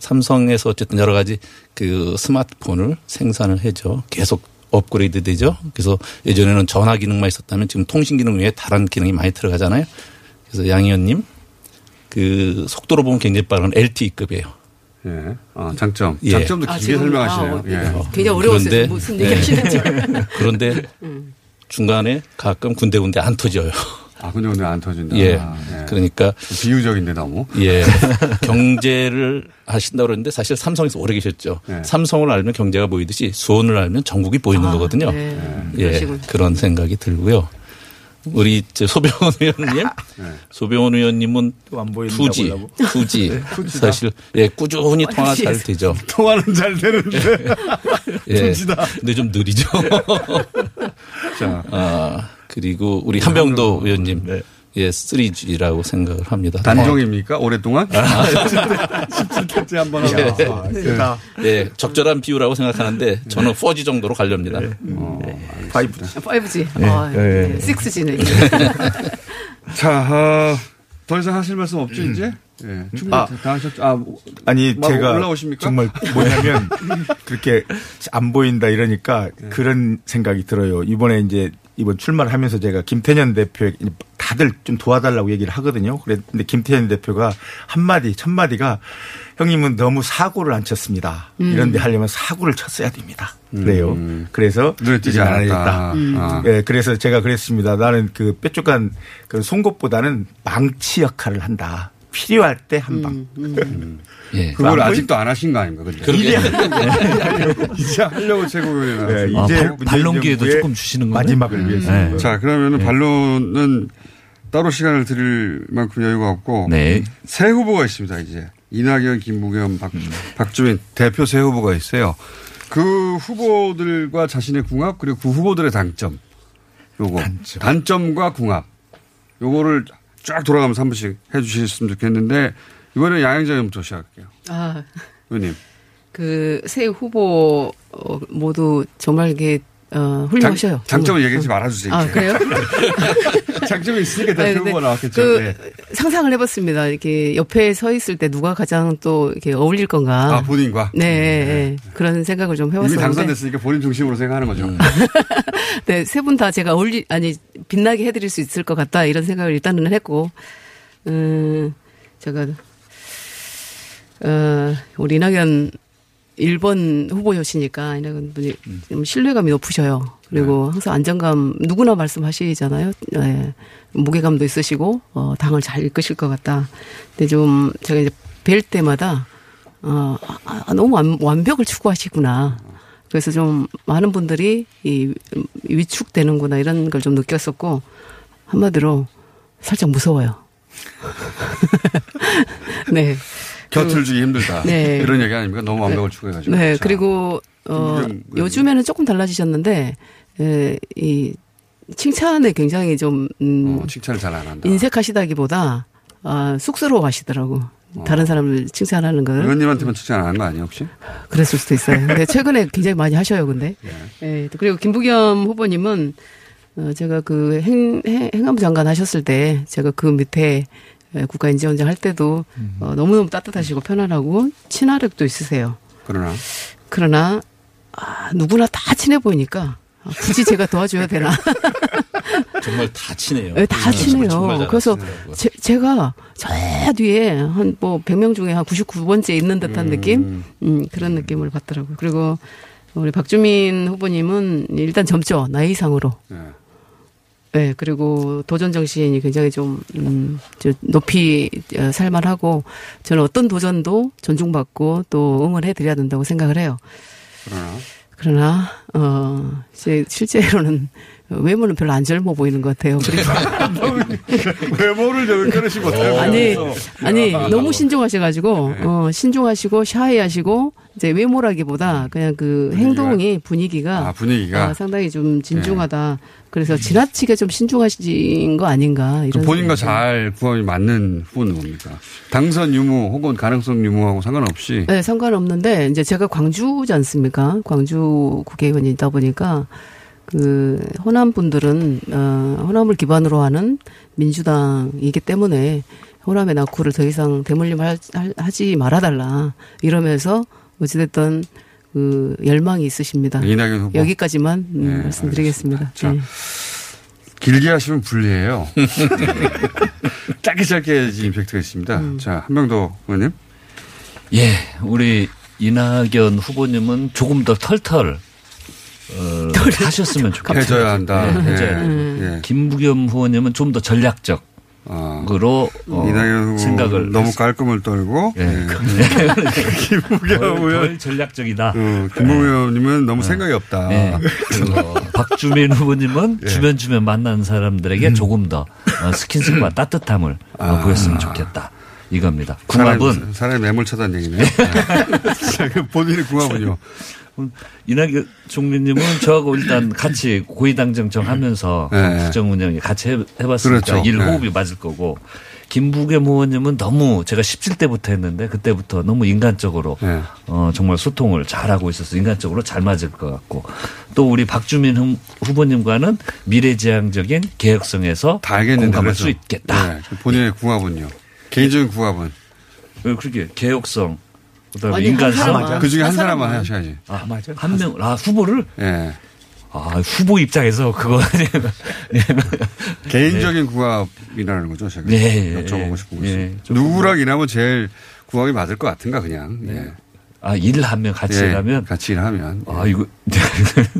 [SPEAKER 11] 삼성에서 어쨌든 여러 가지 그 스마트폰을 생산을 해죠. 계속 업그레이드 되죠. 그래서 예전에는 전화 기능만 있었다면 지금 통신 기능 외에 다른 기능이 많이 들어가잖아요. 그래서 양 의원님 그 속도로 보면 굉장히 빠른 LTE급이에요.
[SPEAKER 6] 예. 아, 장점. 장점도
[SPEAKER 8] 아,
[SPEAKER 6] 길게
[SPEAKER 8] 지금,
[SPEAKER 6] 설명하시네요.
[SPEAKER 8] 아,
[SPEAKER 6] 예.
[SPEAKER 8] 굉장히 어려웠어요. 무슨 얘기 하시는지.
[SPEAKER 11] 예.
[SPEAKER 8] 음.
[SPEAKER 11] 그런데 중간에 가끔 군데군데 안 터져요.
[SPEAKER 6] 아, 군데군데 안 터진다.
[SPEAKER 11] 예.
[SPEAKER 6] 아, 예.
[SPEAKER 11] 그러니까
[SPEAKER 6] 비유적인데 너무.
[SPEAKER 11] 예. 경제를 하신다고 그러는데 사실 삼성에서 오래 계셨죠.
[SPEAKER 6] 네.
[SPEAKER 11] 삼성을 알면 경제가 보이듯이 수원을 알면 전국이 보이는
[SPEAKER 8] 아,
[SPEAKER 11] 거거든요.
[SPEAKER 8] 네.
[SPEAKER 11] 예.
[SPEAKER 10] 그러시군요.
[SPEAKER 11] 그런 생각이 들고요. 우리 저 소병원 의원님, 소병원 의원님은 투지,
[SPEAKER 10] 보려고?
[SPEAKER 11] 투지.
[SPEAKER 10] 네, 투지다.
[SPEAKER 11] 사실 예 꾸준히 통화 잘 되죠.
[SPEAKER 6] 통화는 잘 되는데.
[SPEAKER 11] 예.
[SPEAKER 6] 투지다.
[SPEAKER 11] 근데 좀 느리죠.
[SPEAKER 6] 자.
[SPEAKER 11] 아, 그리고 우리 한병도 의원님. 예, 3G라고 생각을 합니다.
[SPEAKER 6] 단종입니까? 오랫동안?
[SPEAKER 11] 아.
[SPEAKER 6] 17대째 한번 하고. 아, 네.
[SPEAKER 11] 예. 예, 적절한 비유라고 생각하는데 저는 4G 정도로 가려합니다.
[SPEAKER 6] 어, 파이브.
[SPEAKER 8] 5G.
[SPEAKER 11] 예,
[SPEAKER 8] 어,
[SPEAKER 11] 예.
[SPEAKER 8] 네. 6G는.
[SPEAKER 6] 자, 아, 더 이상 하실 말씀 없죠, 이제? 예. 충분히
[SPEAKER 9] 음. 아.
[SPEAKER 6] 다 하셨죠. 아, 뭐,
[SPEAKER 9] 아니
[SPEAKER 6] 막
[SPEAKER 9] 제가
[SPEAKER 6] 올라오십니까?
[SPEAKER 9] 정말 뭐냐면 그렇게 안 보인다 이러니까
[SPEAKER 6] 네.
[SPEAKER 9] 그런 생각이 들어요. 이번에 이제 이번 출마를 하면서 제가 김태년 대표에 다들 좀 도와달라고 얘기를 하거든요. 그런데 김태년 대표가 한마디 첫마디가 형님은 너무 사고를 안 쳤습니다.
[SPEAKER 10] 음.
[SPEAKER 9] 이런데 하려면 사고를 쳤어야 됩니다. 그래요. 그래서
[SPEAKER 6] 음. 눈에 띄지
[SPEAKER 9] 이제 안
[SPEAKER 6] 않았다.
[SPEAKER 9] 하겠다.
[SPEAKER 6] 음. 아.
[SPEAKER 9] 예, 그래서 제가 그랬습니다. 나는 그 뾰족한 그런 송곳보다는 망치 역할을 한다. 필요할 때 한 방. 음.
[SPEAKER 11] 예.
[SPEAKER 6] 음, 그걸 아직도 안 하신 거 아닙니까? 근데?
[SPEAKER 9] 그러게.
[SPEAKER 6] 이제 하려고, 이제 하려고 최고위원이 나왔어요.
[SPEAKER 9] 네, 이제 아, 발- 문재인 반론 기회도 정부의 조금
[SPEAKER 8] 음.
[SPEAKER 9] 주시는 거네? 마지막을 위해서. 네.
[SPEAKER 6] 자, 그러면은 반론은 따로 시간을 드릴 만큼 여유가 없고.
[SPEAKER 10] 네.
[SPEAKER 6] 새 후보가 있습니다, 이제. 이낙연, 김부겸, 박,
[SPEAKER 8] 음.
[SPEAKER 6] 박주민 대표 새 후보가 있어요. 그 후보들과 자신의 궁합 그리고 그 후보들의 단점. 요거. 단점. 과 궁합. 요거를 쫙 돌아가면서 한 번씩 해 주셨으면 좋겠는데 이번에 양양자염부터 시작할게요.
[SPEAKER 8] 아,
[SPEAKER 6] 의원님.
[SPEAKER 8] 그 새 후보 어, 모두 정말 이게 어, 훌륭하셔요.
[SPEAKER 6] 장, 점을
[SPEAKER 8] 정말.
[SPEAKER 6] 얘기하지 말아주세요.
[SPEAKER 8] 아,
[SPEAKER 6] 이제.
[SPEAKER 8] 그래요?
[SPEAKER 6] 장점이 있으니까
[SPEAKER 8] 아니,
[SPEAKER 6] 대표
[SPEAKER 8] 근데
[SPEAKER 6] 후보가 나왔겠죠.
[SPEAKER 8] 그
[SPEAKER 6] 네.
[SPEAKER 8] 상상을 해봤습니다. 이렇게 옆에 서 있을 때 누가 가장 또 이렇게 어울릴 건가.
[SPEAKER 6] 아, 본인과?
[SPEAKER 8] 네, 네. 그런 생각을 좀
[SPEAKER 6] 이미
[SPEAKER 8] 해봤었는데.
[SPEAKER 6] 당선됐으니까 본인 중심으로 생각하는 거죠.
[SPEAKER 8] 음. 네, 세 분 다 제가 어울리, 아니, 빛나게 해드릴 수 있을 것 같다, 이런 생각을 일단은 했고, 음, 제가, 어, 우리 이낙연 1번 후보 여시니까, 이낙연 분이 좀 신뢰감이 높으셔요. 그리고 항상 안정감, 누구나 말씀하시잖아요. 예, 무게감도 있으시고, 어, 당을 잘 이끄실 것 같다. 근데 좀, 제가 이제 뵐 때마다, 어, 아, 아, 너무 완, 완벽을 추구하시구나. 그래서 좀 많은 분들이 이 음, 위축되는구나 이런 걸 좀 느꼈었고 한마디로 살짝 무서워요. 네.
[SPEAKER 6] 곁을
[SPEAKER 8] 그리고-
[SPEAKER 6] 주기 힘들다.
[SPEAKER 8] 네.
[SPEAKER 6] 이런 얘기 아닙니까? 너무 완벽을 추구해가지고.
[SPEAKER 8] 네,
[SPEAKER 6] 자,
[SPEAKER 8] 그리고 어,
[SPEAKER 6] 김부겸
[SPEAKER 8] 요즘에는 조금 달라지셨는데 에, 이 칭찬에 굉장히 좀 음,
[SPEAKER 6] 어, 칭찬을 잘 안 한다.
[SPEAKER 8] 인색하시다기보다 아, 쑥스러워하시더라고. 다른 사람을 칭찬하는 걸.
[SPEAKER 6] 어. 음. 의원님한테만 칭찬 안 한 거 아니에요 혹시?
[SPEAKER 8] 그랬을 수도 있어요. 근데 최근에 굉장히 많이 하셔요, 근데. 예. 또 그리고 김부겸 후보님은 어, 제가 그 행, 행, 행안부 장관 하셨을 때 제가 그 밑에 예, 국가인지원장 할 때도
[SPEAKER 10] 음.
[SPEAKER 8] 어, 너무너무 따뜻하시고 편안하고 친화력도 있으세요.
[SPEAKER 6] 그러나
[SPEAKER 8] 그러나 아, 누구나 다 친해 보이니까 아, 굳이 제가 도와줘야 되나.
[SPEAKER 11] 정말 다 친해요.
[SPEAKER 8] 예, 다 친해요.
[SPEAKER 11] 정말 잘
[SPEAKER 8] 그래서
[SPEAKER 11] 아시더라고요.
[SPEAKER 8] 제, 제가 저 뒤에 한 뭐 100명 중에 한 99번째 있는 듯한 느낌? 음, 그런 느낌을 받더라고요. 그리고 우리 박주민 후보님은 일단 젊죠. 나이 이상으로. 네, 그리고 도전 정신이 굉장히 좀, 음, 저 높이 어, 살만하고 저는 어떤 도전도 존중받고 또 응원해드려야 된다고 생각을 해요.
[SPEAKER 6] 그러나
[SPEAKER 8] 그러나 어 이제 실제로는 외모는 별로 안 젊어 보이는 것 같아요. 그래서
[SPEAKER 6] 외모를 저렇게 끊으시 못해요.
[SPEAKER 10] 어.
[SPEAKER 8] 아니 그 아니 너무 신중하셔가지고
[SPEAKER 6] 네.
[SPEAKER 8] 어 신중하시고 샤이하시고 이제 외모라기보다 그냥 그 행동이 분위기가
[SPEAKER 6] 아, 분위기가. 네.
[SPEAKER 8] 어, 상당히 좀 진중하다. 그래서 지나치게 좀 신중하신 거 아닌가
[SPEAKER 6] 그
[SPEAKER 8] 이런
[SPEAKER 6] 본인과
[SPEAKER 8] 생각이
[SPEAKER 6] 잘 궁합이 맞는 후보는 뭡니까? 당선 유무 혹은 가능성 유무하고 상관없이
[SPEAKER 8] 네, 상관없는데 이제 제가 광주지 않습니까? 광주 국회의원이다 보니까 그 호남 분들은 어 호남을 기반으로 하는 민주당이기 때문에 호남의 낙후를 더 이상 대물림 할- 할- 하지 말아달라 이러면서 어찌됐든 그 열망이 있으십니다.
[SPEAKER 6] 이낙연 후보. 네,
[SPEAKER 8] 여기까지만 음, 말씀드리겠습니다. 네.
[SPEAKER 6] 길게 하시면 불리해요. 짧게 짧게 해야지 임팩트가 있습니다.
[SPEAKER 8] 음.
[SPEAKER 6] 자, 한명더 의원님.
[SPEAKER 10] 예, 우리 이낙연 후보님은 조금 더 털털 어, 하셨으면 좋겠어요.
[SPEAKER 6] 해줘야 한다.
[SPEAKER 10] 네,
[SPEAKER 6] 예.
[SPEAKER 10] 해줘야 돼요. 김부겸 후보님은 좀 더 전략적으로 어,
[SPEAKER 6] 아, 이낙연 후보
[SPEAKER 10] 생각을
[SPEAKER 6] 너무
[SPEAKER 10] 했-
[SPEAKER 6] 깔끔을 떨고 예.
[SPEAKER 10] 김부겸
[SPEAKER 6] 의원.
[SPEAKER 10] 전략적이다.
[SPEAKER 6] 어, 김부겸 의원님은 너무 생각이 없다. 예.
[SPEAKER 10] 네. 그리고 박주민 후보님은 주변 주변 만난 사람들에게
[SPEAKER 6] 음.
[SPEAKER 10] 조금 더 어, 스킨십과 따뜻함을 어, 보였으면 좋겠다. 이겁니다. 궁합은
[SPEAKER 6] 아. 사람이, 사람이 매몰차다는 얘기네요. 자, 그 본인의 궁합은요.
[SPEAKER 10] 이낙연 총리님은 저하고 일단 같이 고위당정청하면서
[SPEAKER 6] 네.
[SPEAKER 10] 국정 운영 같이 해- 해봤으니까
[SPEAKER 6] 그렇죠.
[SPEAKER 10] 일
[SPEAKER 6] 네.
[SPEAKER 10] 호흡이 맞을 거고 김부겸 의원님은 너무 제가 17대부터 했는데 그때부터 너무 인간적으로
[SPEAKER 6] 네.
[SPEAKER 10] 어, 정말 소통을 잘하고 있어서 인간적으로 잘 맞을 것 같고 또 우리 박주민 흠- 후보님과는 미래지향적인 개혁성에서
[SPEAKER 6] 알겠는데
[SPEAKER 10] 공감할
[SPEAKER 6] 그래서.
[SPEAKER 10] 수 있겠다.
[SPEAKER 6] 예, 본인의 궁합은요. 개인적인 궁합은.
[SPEAKER 10] 왜 어, 그렇게 개혁성 그다음에
[SPEAKER 6] 아니, 한 사람만.
[SPEAKER 10] 인간성
[SPEAKER 6] 그 중에 한 사람만 하셔야지.
[SPEAKER 10] 아, 맞아. 한 명, 아, 후보를?
[SPEAKER 6] 예.
[SPEAKER 10] 아, 후보 입장에서 그거.
[SPEAKER 6] 개인적인 궁합이라는 거죠, 제가
[SPEAKER 10] 네, 예,
[SPEAKER 6] 여쭤보고
[SPEAKER 10] 예.
[SPEAKER 6] 싶은
[SPEAKER 10] 예,
[SPEAKER 6] 거죠.
[SPEAKER 10] 조금
[SPEAKER 6] 누구랑 일하면 제일 궁합이 맞을 것 같은가 그냥. 예.
[SPEAKER 10] 아, 일을 하면 같이
[SPEAKER 6] 예,
[SPEAKER 10] 일하면?
[SPEAKER 6] 같이 일하면. 예.
[SPEAKER 10] 아, 이거.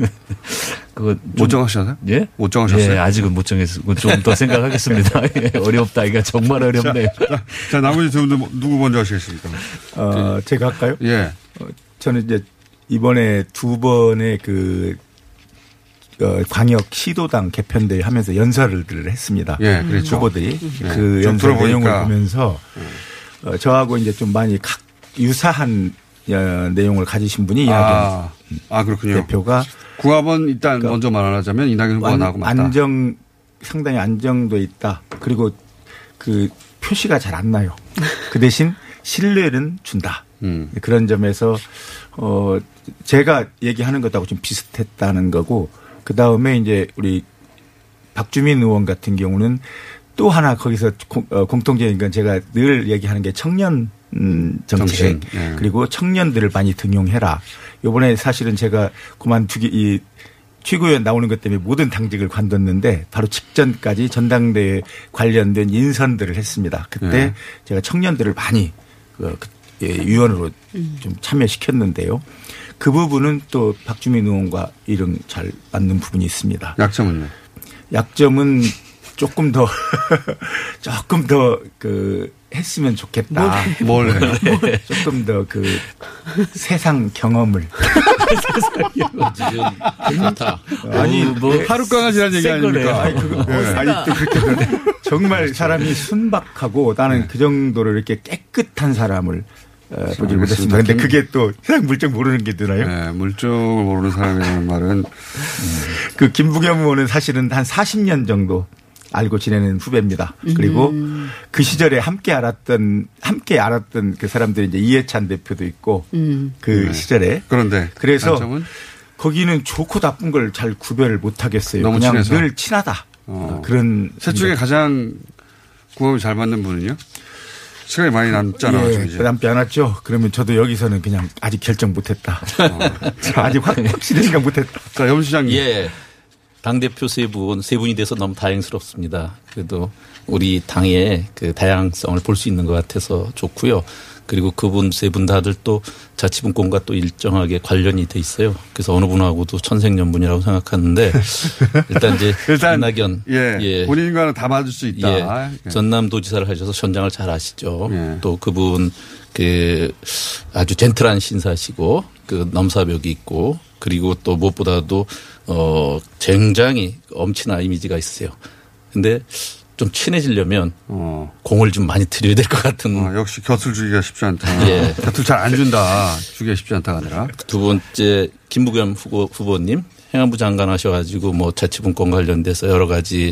[SPEAKER 10] 그거. 좀-
[SPEAKER 6] 못 정하셨나요?
[SPEAKER 10] 예?
[SPEAKER 6] 못 정하셨어요?
[SPEAKER 10] 예, 아직은 못 정했고, 좀 더 생각하겠습니다. 예, 어렵다. 이거 정말 어렵네요.
[SPEAKER 6] 자, 자, 나머지 두 분들 누구 먼저 하시겠습니까?
[SPEAKER 9] 어, 제가 할까요? 어,
[SPEAKER 6] 예.
[SPEAKER 9] 저는 이제 이번에 두 번의 그 어, 광역 시도당 개편대회 하면서 연설을 했습니다.
[SPEAKER 6] 예, 그랬죠.
[SPEAKER 9] 후보들이
[SPEAKER 6] 음.
[SPEAKER 9] 그
[SPEAKER 6] 예, 좀
[SPEAKER 9] 연설 내용을
[SPEAKER 6] 들어보니까. 예.
[SPEAKER 9] 보면서 어, 저하고 이제 좀 많이 각 유사한 어, 내용을 가지신 분이 이야기합니다.
[SPEAKER 6] 아, 아, 그렇군요.
[SPEAKER 9] 대표가 그러니까
[SPEAKER 6] 궁합은 일단 먼저 말하자면 이낙연 후보가
[SPEAKER 9] 완-
[SPEAKER 6] 나하고 맞다.
[SPEAKER 9] 안정 상당히 안정돼 있다. 그리고 그 표시가 잘 안 나요. 그 대신 신뢰는 준다.
[SPEAKER 6] 음.
[SPEAKER 9] 그런 점에서 어 제가 얘기하는 것하고 좀 비슷했다는 거고 그 다음에 이제 우리 박주민 의원 같은 경우는 또 하나 거기서 어, 공, 통적인건 제가 늘 얘기하는 게 청년 음, 정책
[SPEAKER 6] 정책, 예.
[SPEAKER 9] 그리고 청년들을 많이 등용해라. 요번에 사실은 제가 그만두기 이 최고위원 나오는 것 때문에 모든 당직을 관뒀는데 바로 직전까지 전당대회 관련된 인선들을 했습니다. 그때
[SPEAKER 6] 예.
[SPEAKER 9] 제가 청년들을 많이 그, 그, 예, 위원으로 좀 참여시켰는데요. 그 부분은 또 박주민 의원과 이름 잘 맞는 부분이 있습니다.
[SPEAKER 6] 약점은요?
[SPEAKER 9] 약점은 조금 더 조금 더 그 했으면 좋겠다. 네.
[SPEAKER 6] 뭘 해요?
[SPEAKER 9] 조금 더 그 세상 경험을 아니
[SPEAKER 6] 뭐 하루 강아지 라는 얘기
[SPEAKER 9] 센 거네요.
[SPEAKER 6] 아닙니까? 그렇죠. 예.
[SPEAKER 9] 아니, 그거- 아니, 또 그렇게 되네. 정말 사람이 순박하고
[SPEAKER 6] 네.
[SPEAKER 9] 나는 그 정도로 이렇게 깨끗한 사람을 어, 보지 못했습니다. 근데 그게 또 세상 물정 모르는 게 되나요?
[SPEAKER 6] 네, 물정을 모르는 사람이라는 말은
[SPEAKER 9] 그 김부겸 의원은 사실은 한 40년 정도 알고 지내는 후배입니다. 그리고
[SPEAKER 6] 음.
[SPEAKER 9] 그 시절에 함께 알았던 함께 알았던 그 사람들이 이제 이해찬 대표도 있고
[SPEAKER 8] 음.
[SPEAKER 9] 그
[SPEAKER 6] 네.
[SPEAKER 9] 시절에
[SPEAKER 6] 그런데
[SPEAKER 9] 그래서
[SPEAKER 6] 단점은?
[SPEAKER 9] 거기는 좋고 나쁜 걸 잘 구별을 못 하겠어요.
[SPEAKER 6] 너무
[SPEAKER 9] 그냥
[SPEAKER 6] 친해서?
[SPEAKER 9] 늘 친하다.
[SPEAKER 11] 아,
[SPEAKER 6] 어.
[SPEAKER 9] 그런
[SPEAKER 6] 셋 중에 가장 궁합이 잘 맞는 분은요? 시간이 많이 남지 않아요,
[SPEAKER 9] 예, 남지 않았죠. 그러면 저도 여기서는 그냥 아직 결정 못했다.
[SPEAKER 6] 어,
[SPEAKER 9] 아직 확, 확실히 생각 못했다.
[SPEAKER 6] 자, 그러니까 염 시장님.
[SPEAKER 11] 예. 당대표 세 분, 세 분이 돼서 너무 다행스럽습니다. 그래도 우리 당의 그 다양성을 볼 수 있는 것 같아서 좋고요. 그리고 그분 세 분 다들 또 자치분권과 또 일정하게 관련이 돼 있어요. 그래서 어느 분하고도 천생연분이라고 생각하는데 일단 이제
[SPEAKER 6] 일단
[SPEAKER 11] 이낙연
[SPEAKER 6] 예, 본인과는 다 맞을 수 있다. 아,
[SPEAKER 11] 예. 전남도지사를 하셔서 현장을 잘 아시죠.
[SPEAKER 6] 예.
[SPEAKER 11] 또 그분 그 아주 젠틀한 신사시고 그 넘사벽이 있고 그리고 또 무엇보다도 어 굉장히 엄친아 이미지가 있으세요. 근데 좀 친해지려면 공을 좀 많이 들여야 될 것 같은.
[SPEAKER 6] 어. 역시 곁을 주기가 쉽지 않다.
[SPEAKER 11] 예.
[SPEAKER 6] 곁을 잘 안 준다. 주기가 쉽지 않다가 아니라.
[SPEAKER 11] 두 번째 김부겸 후보, 후보님 행안부 장관 하셔가지고 뭐 자치분권 관련돼서 여러 가지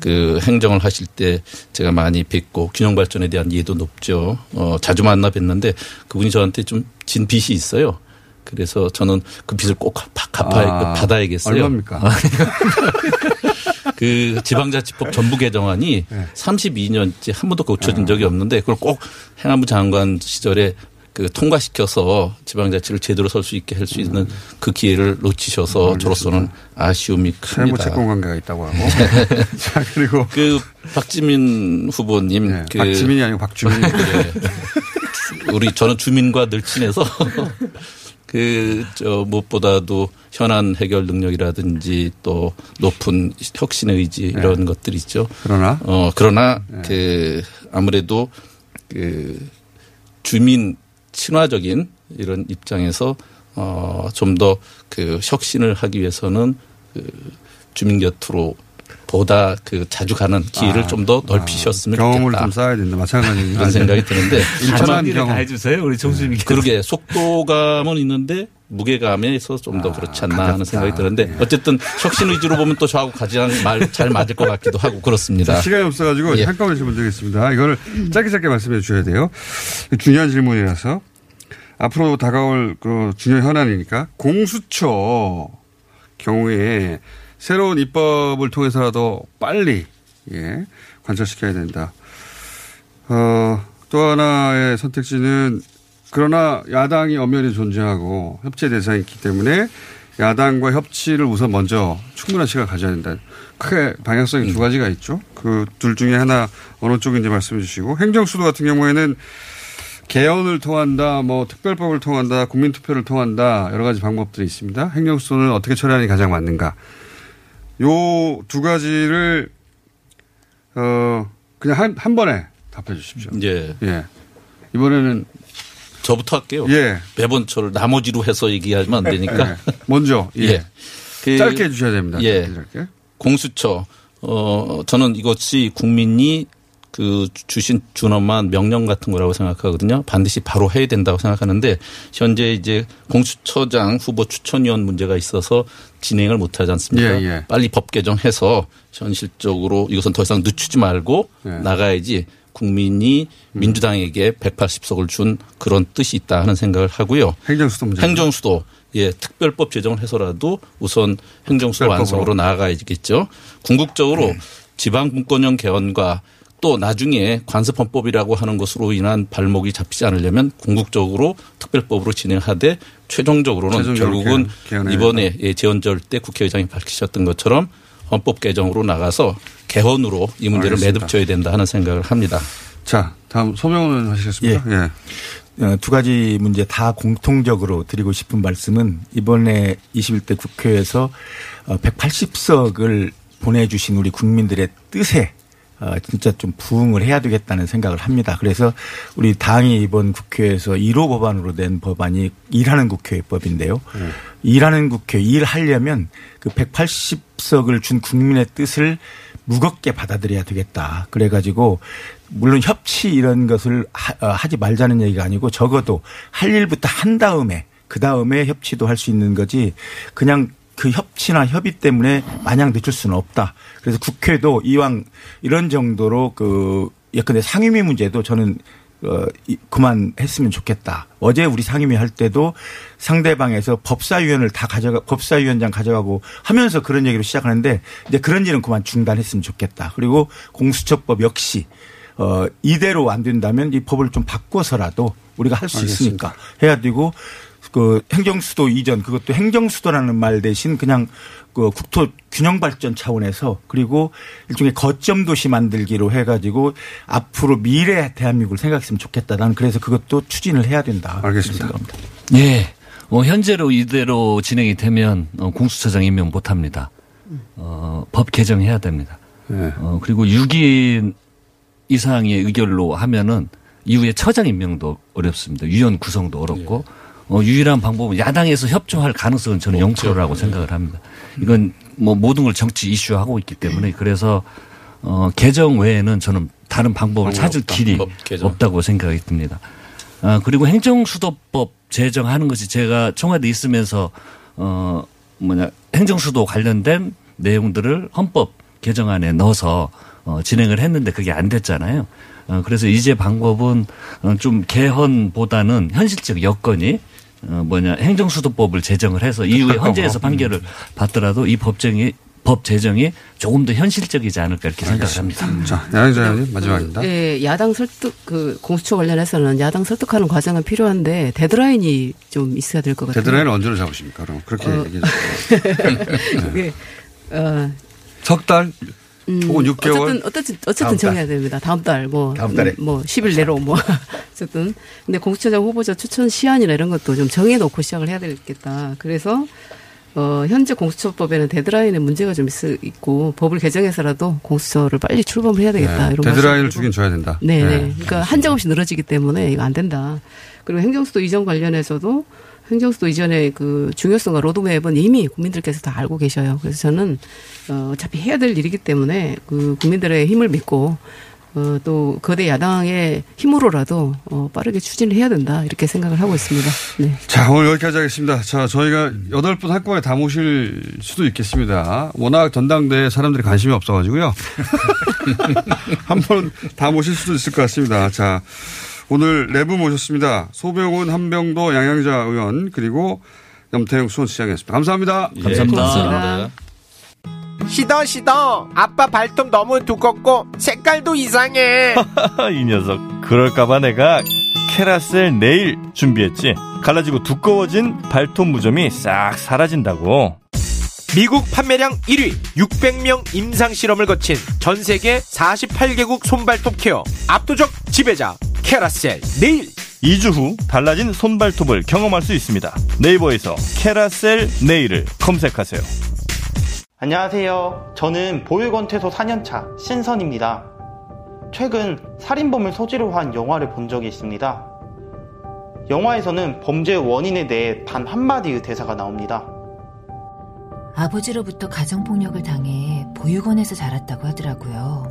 [SPEAKER 11] 그 행정을 하실 때 제가 많이 뵙고 균형 발전에 대한 이해도 높죠. 어, 자주 만나 뵀는데 그분이 저한테 좀 진 빚이 있어요. 그래서 저는 그 빚을 꼭 갚아, 갚아
[SPEAKER 6] 아,
[SPEAKER 11] 받아야겠어요.
[SPEAKER 6] 얼마입니까?
[SPEAKER 11] 그 지방자치법 전부 개정안이
[SPEAKER 6] 네.
[SPEAKER 11] 32년째 한 번도 그 고쳐진 적이 없는데 그걸 꼭 행안부 장관 시절에 그 통과시켜서 지방자치를 제대로 설 수 있게 할 수 있는 그 기회를 놓치셔서 저로서는 아쉬움이 큽니다. 네.
[SPEAKER 6] 세무 채권 관계가 있다고 하고. 자, 그리고. 네,
[SPEAKER 11] 그 박지민 후보님. 그 네.
[SPEAKER 6] 박지민이 아니고 박주민.
[SPEAKER 11] 예. 우리 저는 주민과 늘 친해서 그 저 무엇보다도 현안 해결 능력이라든지 또 높은 혁신의 의지 이런 것들 있죠.
[SPEAKER 6] 네. 그러나? 네.
[SPEAKER 11] 어 그러나 그 아무래도 그 주민 친화적인 이런 입장에서 어좀 더 그 혁신을 하기 위해서는 그 주민 곁으로 보다 그 자주 가는 기회를
[SPEAKER 6] 아,
[SPEAKER 11] 좀 더
[SPEAKER 6] 아,
[SPEAKER 11] 넓히셨으면
[SPEAKER 6] 경험을
[SPEAKER 11] 좋겠다.
[SPEAKER 6] 좀 쌓아야 된다. 마찬가지입니다.
[SPEAKER 11] 그런 생각이 드는데
[SPEAKER 6] 일천한 경험.
[SPEAKER 10] 해주세요 우리
[SPEAKER 6] 네.
[SPEAKER 10] 정수님께.
[SPEAKER 11] 예. 그러게 속도감은 있는데 무게감에서 좀
[SPEAKER 6] 아,
[SPEAKER 11] 더 그렇지 않나 하는 생각이
[SPEAKER 6] 예.
[SPEAKER 11] 드는데 어쨌든 혁신 의지로 보면 또 저하고 가장 말, 잘 맞을 것 같기도 하고 그렇습니다.
[SPEAKER 6] 자, 시간이 없어가지고
[SPEAKER 11] 예.
[SPEAKER 6] 한꺼번에 질문드리겠습니다. 이거를 짧게 짧게 말씀해 주셔야 돼요. 중요한 질문이라서 앞으로 다가올 그 중요한 현안이니까 공수처 경우에 새로운 입법을 통해서라도 빨리 예, 관철시켜야 된다. 어, 또 하나의 선택지는 그러나 야당이 엄연히 존재하고 협치 대상이 있기 때문에 야당과 협치를 우선 먼저 충분한 시간 을 가져야 된다. 크게 방향성이 두 가지가 있죠. 그 둘 중에 하나 어느 쪽인지 말씀해 주시고 행정수도 같은 경우에는 개헌을 통한다, 뭐 특별법을 통한다, 국민투표를 통한다 여러 가지 방법들이 있습니다. 행정수도는 어떻게 처리하는 게 가장 맞는가? 요 두 가지를 어 그냥 한, 한 번에 답해 주십시오.
[SPEAKER 11] 예.
[SPEAKER 6] 예. 이번에는
[SPEAKER 11] 저부터 할게요.
[SPEAKER 6] 예.
[SPEAKER 11] 매번 저를 나머지로 해서 얘기하면 안 되니까.
[SPEAKER 6] 예. 먼저 예.
[SPEAKER 11] 그-
[SPEAKER 6] 짧게 해주셔야 됩니다.
[SPEAKER 11] 예.
[SPEAKER 6] 짧게, 짧게.
[SPEAKER 11] 공수처. 어, 저는 이것이 국민이 그 주신 준엄한 명령 같은 거라고 생각하거든요. 반드시 바로 해야 된다고 생각하는데 현재 이제 공수처장 후보 추천위원 문제가 있어서 진행을 못 하지 않습니까?
[SPEAKER 6] 예, 예.
[SPEAKER 11] 빨리 법 개정해서 현실적으로 이것은 더 이상 늦추지 말고
[SPEAKER 6] 예.
[SPEAKER 11] 나가야지 국민이 민주당에게 180석을 준 그런 뜻이 있다 하는 생각을 하고요.
[SPEAKER 6] 행정수도 문제.
[SPEAKER 11] 행정수도 예 특별법 제정을 해서라도 우선 행정수도
[SPEAKER 6] 특별법으로. 네.
[SPEAKER 11] 완성으로 나아가야겠죠. 궁극적으로 지방분권형 개헌과 또 나중에 관습헌법이라고 하는 것으로 인한 발목이 잡히지 않으려면 궁극적으로 특별법으로 진행하되 최종적으로는
[SPEAKER 6] 최종적으로
[SPEAKER 11] 결국은
[SPEAKER 6] 개헌- 개헌해야
[SPEAKER 11] 이번에 예, 재헌절 때 국회의장이 밝히셨던 것처럼 헌법 개정으로 나가서 개헌으로 이 문제를
[SPEAKER 6] 알겠습니다.
[SPEAKER 11] 매듭져야 된다 하는 생각을 합니다.
[SPEAKER 6] 자, 다음 소명은 하시겠습니까? 예.
[SPEAKER 9] 어, 두 가지 문제 다 공통적으로 드리고 싶은 말씀은 이번에 21대 국회에서 어, 180석을 보내주신 우리 국민들의 뜻에 어, 진짜 좀 부응을 해야 되겠다는 생각을 합니다. 그래서 우리 당이 이번 국회에서 1호 법안으로 낸 법안이 일하는 국회법인데요. 일하는 국회, 일하려면 그 180석을 준 국민의 뜻을 무겁게 받아들여야 되겠다. 그래가지고 물론 협치 이런 것을 하, 어, 하지 말자는 얘기가 아니고 적어도 할 일부터 한 다음에 그 다음에 협치도 할 수 있는 거지 그냥 그 협치나 협의 때문에 마냥 늦출 수는 없다. 그래서 국회도 이왕 이런 정도로 그 예컨대 상임위 문제도 저는 어, 이- 그만했으면 좋겠다. 어제 우리 상임위 할 때도 상대방에서 법사위원을 다 가져가, 법사위원장 가져가고 하면서 그런 얘기로 시작하는데 이제 그런 일은 그만 중단했으면 좋겠다. 그리고 공수처법 역시 어, 이대로 안 된다면 이 법을 좀 바꿔서라도 우리가 할 수 있으니까 그러니까 해야 되고 그 행정수도 이전 그것도 행정수도라는 말 대신 그냥 그 국토 균형 발전 차원에서 그리고 일종의 거점 도시 만들기로 해가지고 앞으로 미래 대한민국을 생각했으면 좋겠다. 나는 그래서 그것도 추진을 해야 된다.
[SPEAKER 6] 알겠습니다.
[SPEAKER 10] 예. 어, 현재로 이대로 진행이 되면 어, 공수처장 임명 못 합니다. 어, 법 개정해야 됩니다. 어, 그리고 6인 이상의 의결로 하면은 이후에 처장 임명도 어렵습니다. 위원 구성도 어렵고 어, 유일한 방법은 야당에서 협조할 가능성은 저는 0%라고
[SPEAKER 11] 네.
[SPEAKER 10] 생각을 합니다. 이건 뭐 모든 걸 정치 이슈하고 있기
[SPEAKER 11] 음.
[SPEAKER 10] 때문에 그래서 어, 개정 외에는 저는 다른 방법을
[SPEAKER 11] 방법이
[SPEAKER 10] 찾을
[SPEAKER 11] 없다.
[SPEAKER 10] 길이
[SPEAKER 11] 법 개정.
[SPEAKER 10] 없다고 생각이 듭니다. 아, 그리고 행정수도법 제정하는 것이 제가 청와대 있으면서 어 뭐냐 행정수도 관련된 내용들을 헌법 개정안에 넣어서 어, 진행을 했는데 그게 안 됐잖아요. 어, 그래서 이제 방법은 어, 좀 개헌보다는 현실적 여건이 어, 뭐냐 행정수도법을 제정을 해서 이후에 헌재에서
[SPEAKER 6] 음.
[SPEAKER 10] 판결을 받더라도 이 법정이 법 제정이 조금 더 현실적이지 않을까 이렇게 생각을 합니다.
[SPEAKER 6] 자, 양양자 의원님 마지막입니다.
[SPEAKER 13] 네,
[SPEAKER 8] 예, 야당 설득 그 공수처 관련해서는 야당 설득하는 과정은 필요한데 데드라인이 좀 있어야 될 것 같아요.
[SPEAKER 6] 데드라인을 언제로 잡으십니까? 그럼 그렇게
[SPEAKER 8] 네. 어.
[SPEAKER 6] 얘기해 주세요.
[SPEAKER 8] 예. 어,
[SPEAKER 6] 석 달?
[SPEAKER 8] 음,
[SPEAKER 6] 혹은 6개월?
[SPEAKER 8] 어쨌든 어쨌든 어쨌든
[SPEAKER 6] 다음 달.
[SPEAKER 8] 정해야 됩니다. 다음 달 뭐.
[SPEAKER 6] 다음 달에.
[SPEAKER 8] 음, 뭐 10일 내로 뭐 어쨌든 근데 공수처장 후보자 추천 시한이나 이런 것도 좀 정해놓고 시작을 해야 되겠다. 그래서 어, 현재 공수처법에는 데드라인에 문제가 좀 있, 있고 법을 개정해서라도 공수처를 빨리 출범을 해야 되겠다.
[SPEAKER 6] 네,
[SPEAKER 8] 이런
[SPEAKER 6] 데드라인을
[SPEAKER 8] 말씀을
[SPEAKER 6] 주긴 줘야 된다.
[SPEAKER 8] 네,
[SPEAKER 6] 네.
[SPEAKER 8] 네. 그러니까 한정없이 늘어지기 때문에 이거 안 된다. 그리고 행정수도 이전 관련해서도 행정수도 이전의 그 중요성과 로드맵은 이미 국민들께서 다 알고 계셔요. 그래서 저는 어, 어차피 해야 될 일이기 때문에 그 국민들의 힘을 믿고 어, 또 거대 야당의 힘으로라도 어, 빠르게 추진을 해야 된다 이렇게 생각을 하고 있습니다. 네.
[SPEAKER 6] 자, 오늘 여기까지 하겠습니다. 자, 저희가 여덟 분 한꺼번에 다 모실 수도 있겠습니다. 워낙 전당대에 사람들이 관심이 없어가지고요. 한 번 다 모실 수도 있을 것 같습니다. 자, 오늘 네분 모셨습니다. 소병훈, 한병도, 양양자 의원, 그리고 염태영 수원시장이었습니다. 감사합니다.
[SPEAKER 14] 예, 감사합니다. 고맙습니다. 시더 시더 아빠 발톱 너무 두껍고 색깔도 이상해
[SPEAKER 2] 아, 이 녀석. 그럴까봐 내가 캐라셀 네일 준비했지. 갈라지고 두꺼워진 발톱 무좀이 싹 사라진다고.
[SPEAKER 14] 미국 판매량 1위 600명 임상 실험을 거친 전 세계 48개국 손발톱 케어 압도적 지배자 캐라셀
[SPEAKER 2] 네일 2주 후 달라진 손발톱을 경험할 수 있습니다. 네이버에서 캐라셀 네일을 검색하세요.
[SPEAKER 15] 안녕하세요. 저는 보육원퇴소 4년차 신선입니다. 최근 살인범을 소재로 한 영화를 본 적이 있습니다. 영화에서는 범죄의 원인에 대해 단 한마디의 대사가 나옵니다.
[SPEAKER 16] 아버지로부터 가정폭력을 당해 보육원에서 자랐다고 하더라고요.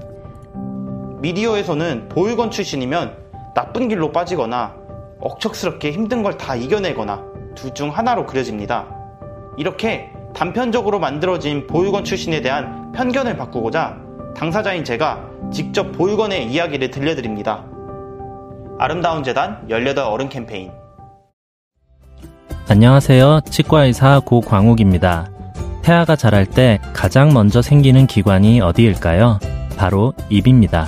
[SPEAKER 15] 미디어에서는 보육원 출신이면 나쁜 길로 빠지거나 억척스럽게 힘든 걸 다 이겨내거나 둘 중 하나로 그려집니다. 이렇게 단편적으로 만들어진 보육원 출신에 대한 편견을 바꾸고자 당사자인 제가 직접 보육원의 이야기를 들려드립니다. 아름다운 재단 18 어른 캠페인
[SPEAKER 12] 안녕하세요. 치과의사 고광욱입니다. 태아가 자랄 때 가장 먼저 생기는 기관이 어디일까요? 바로 입입니다.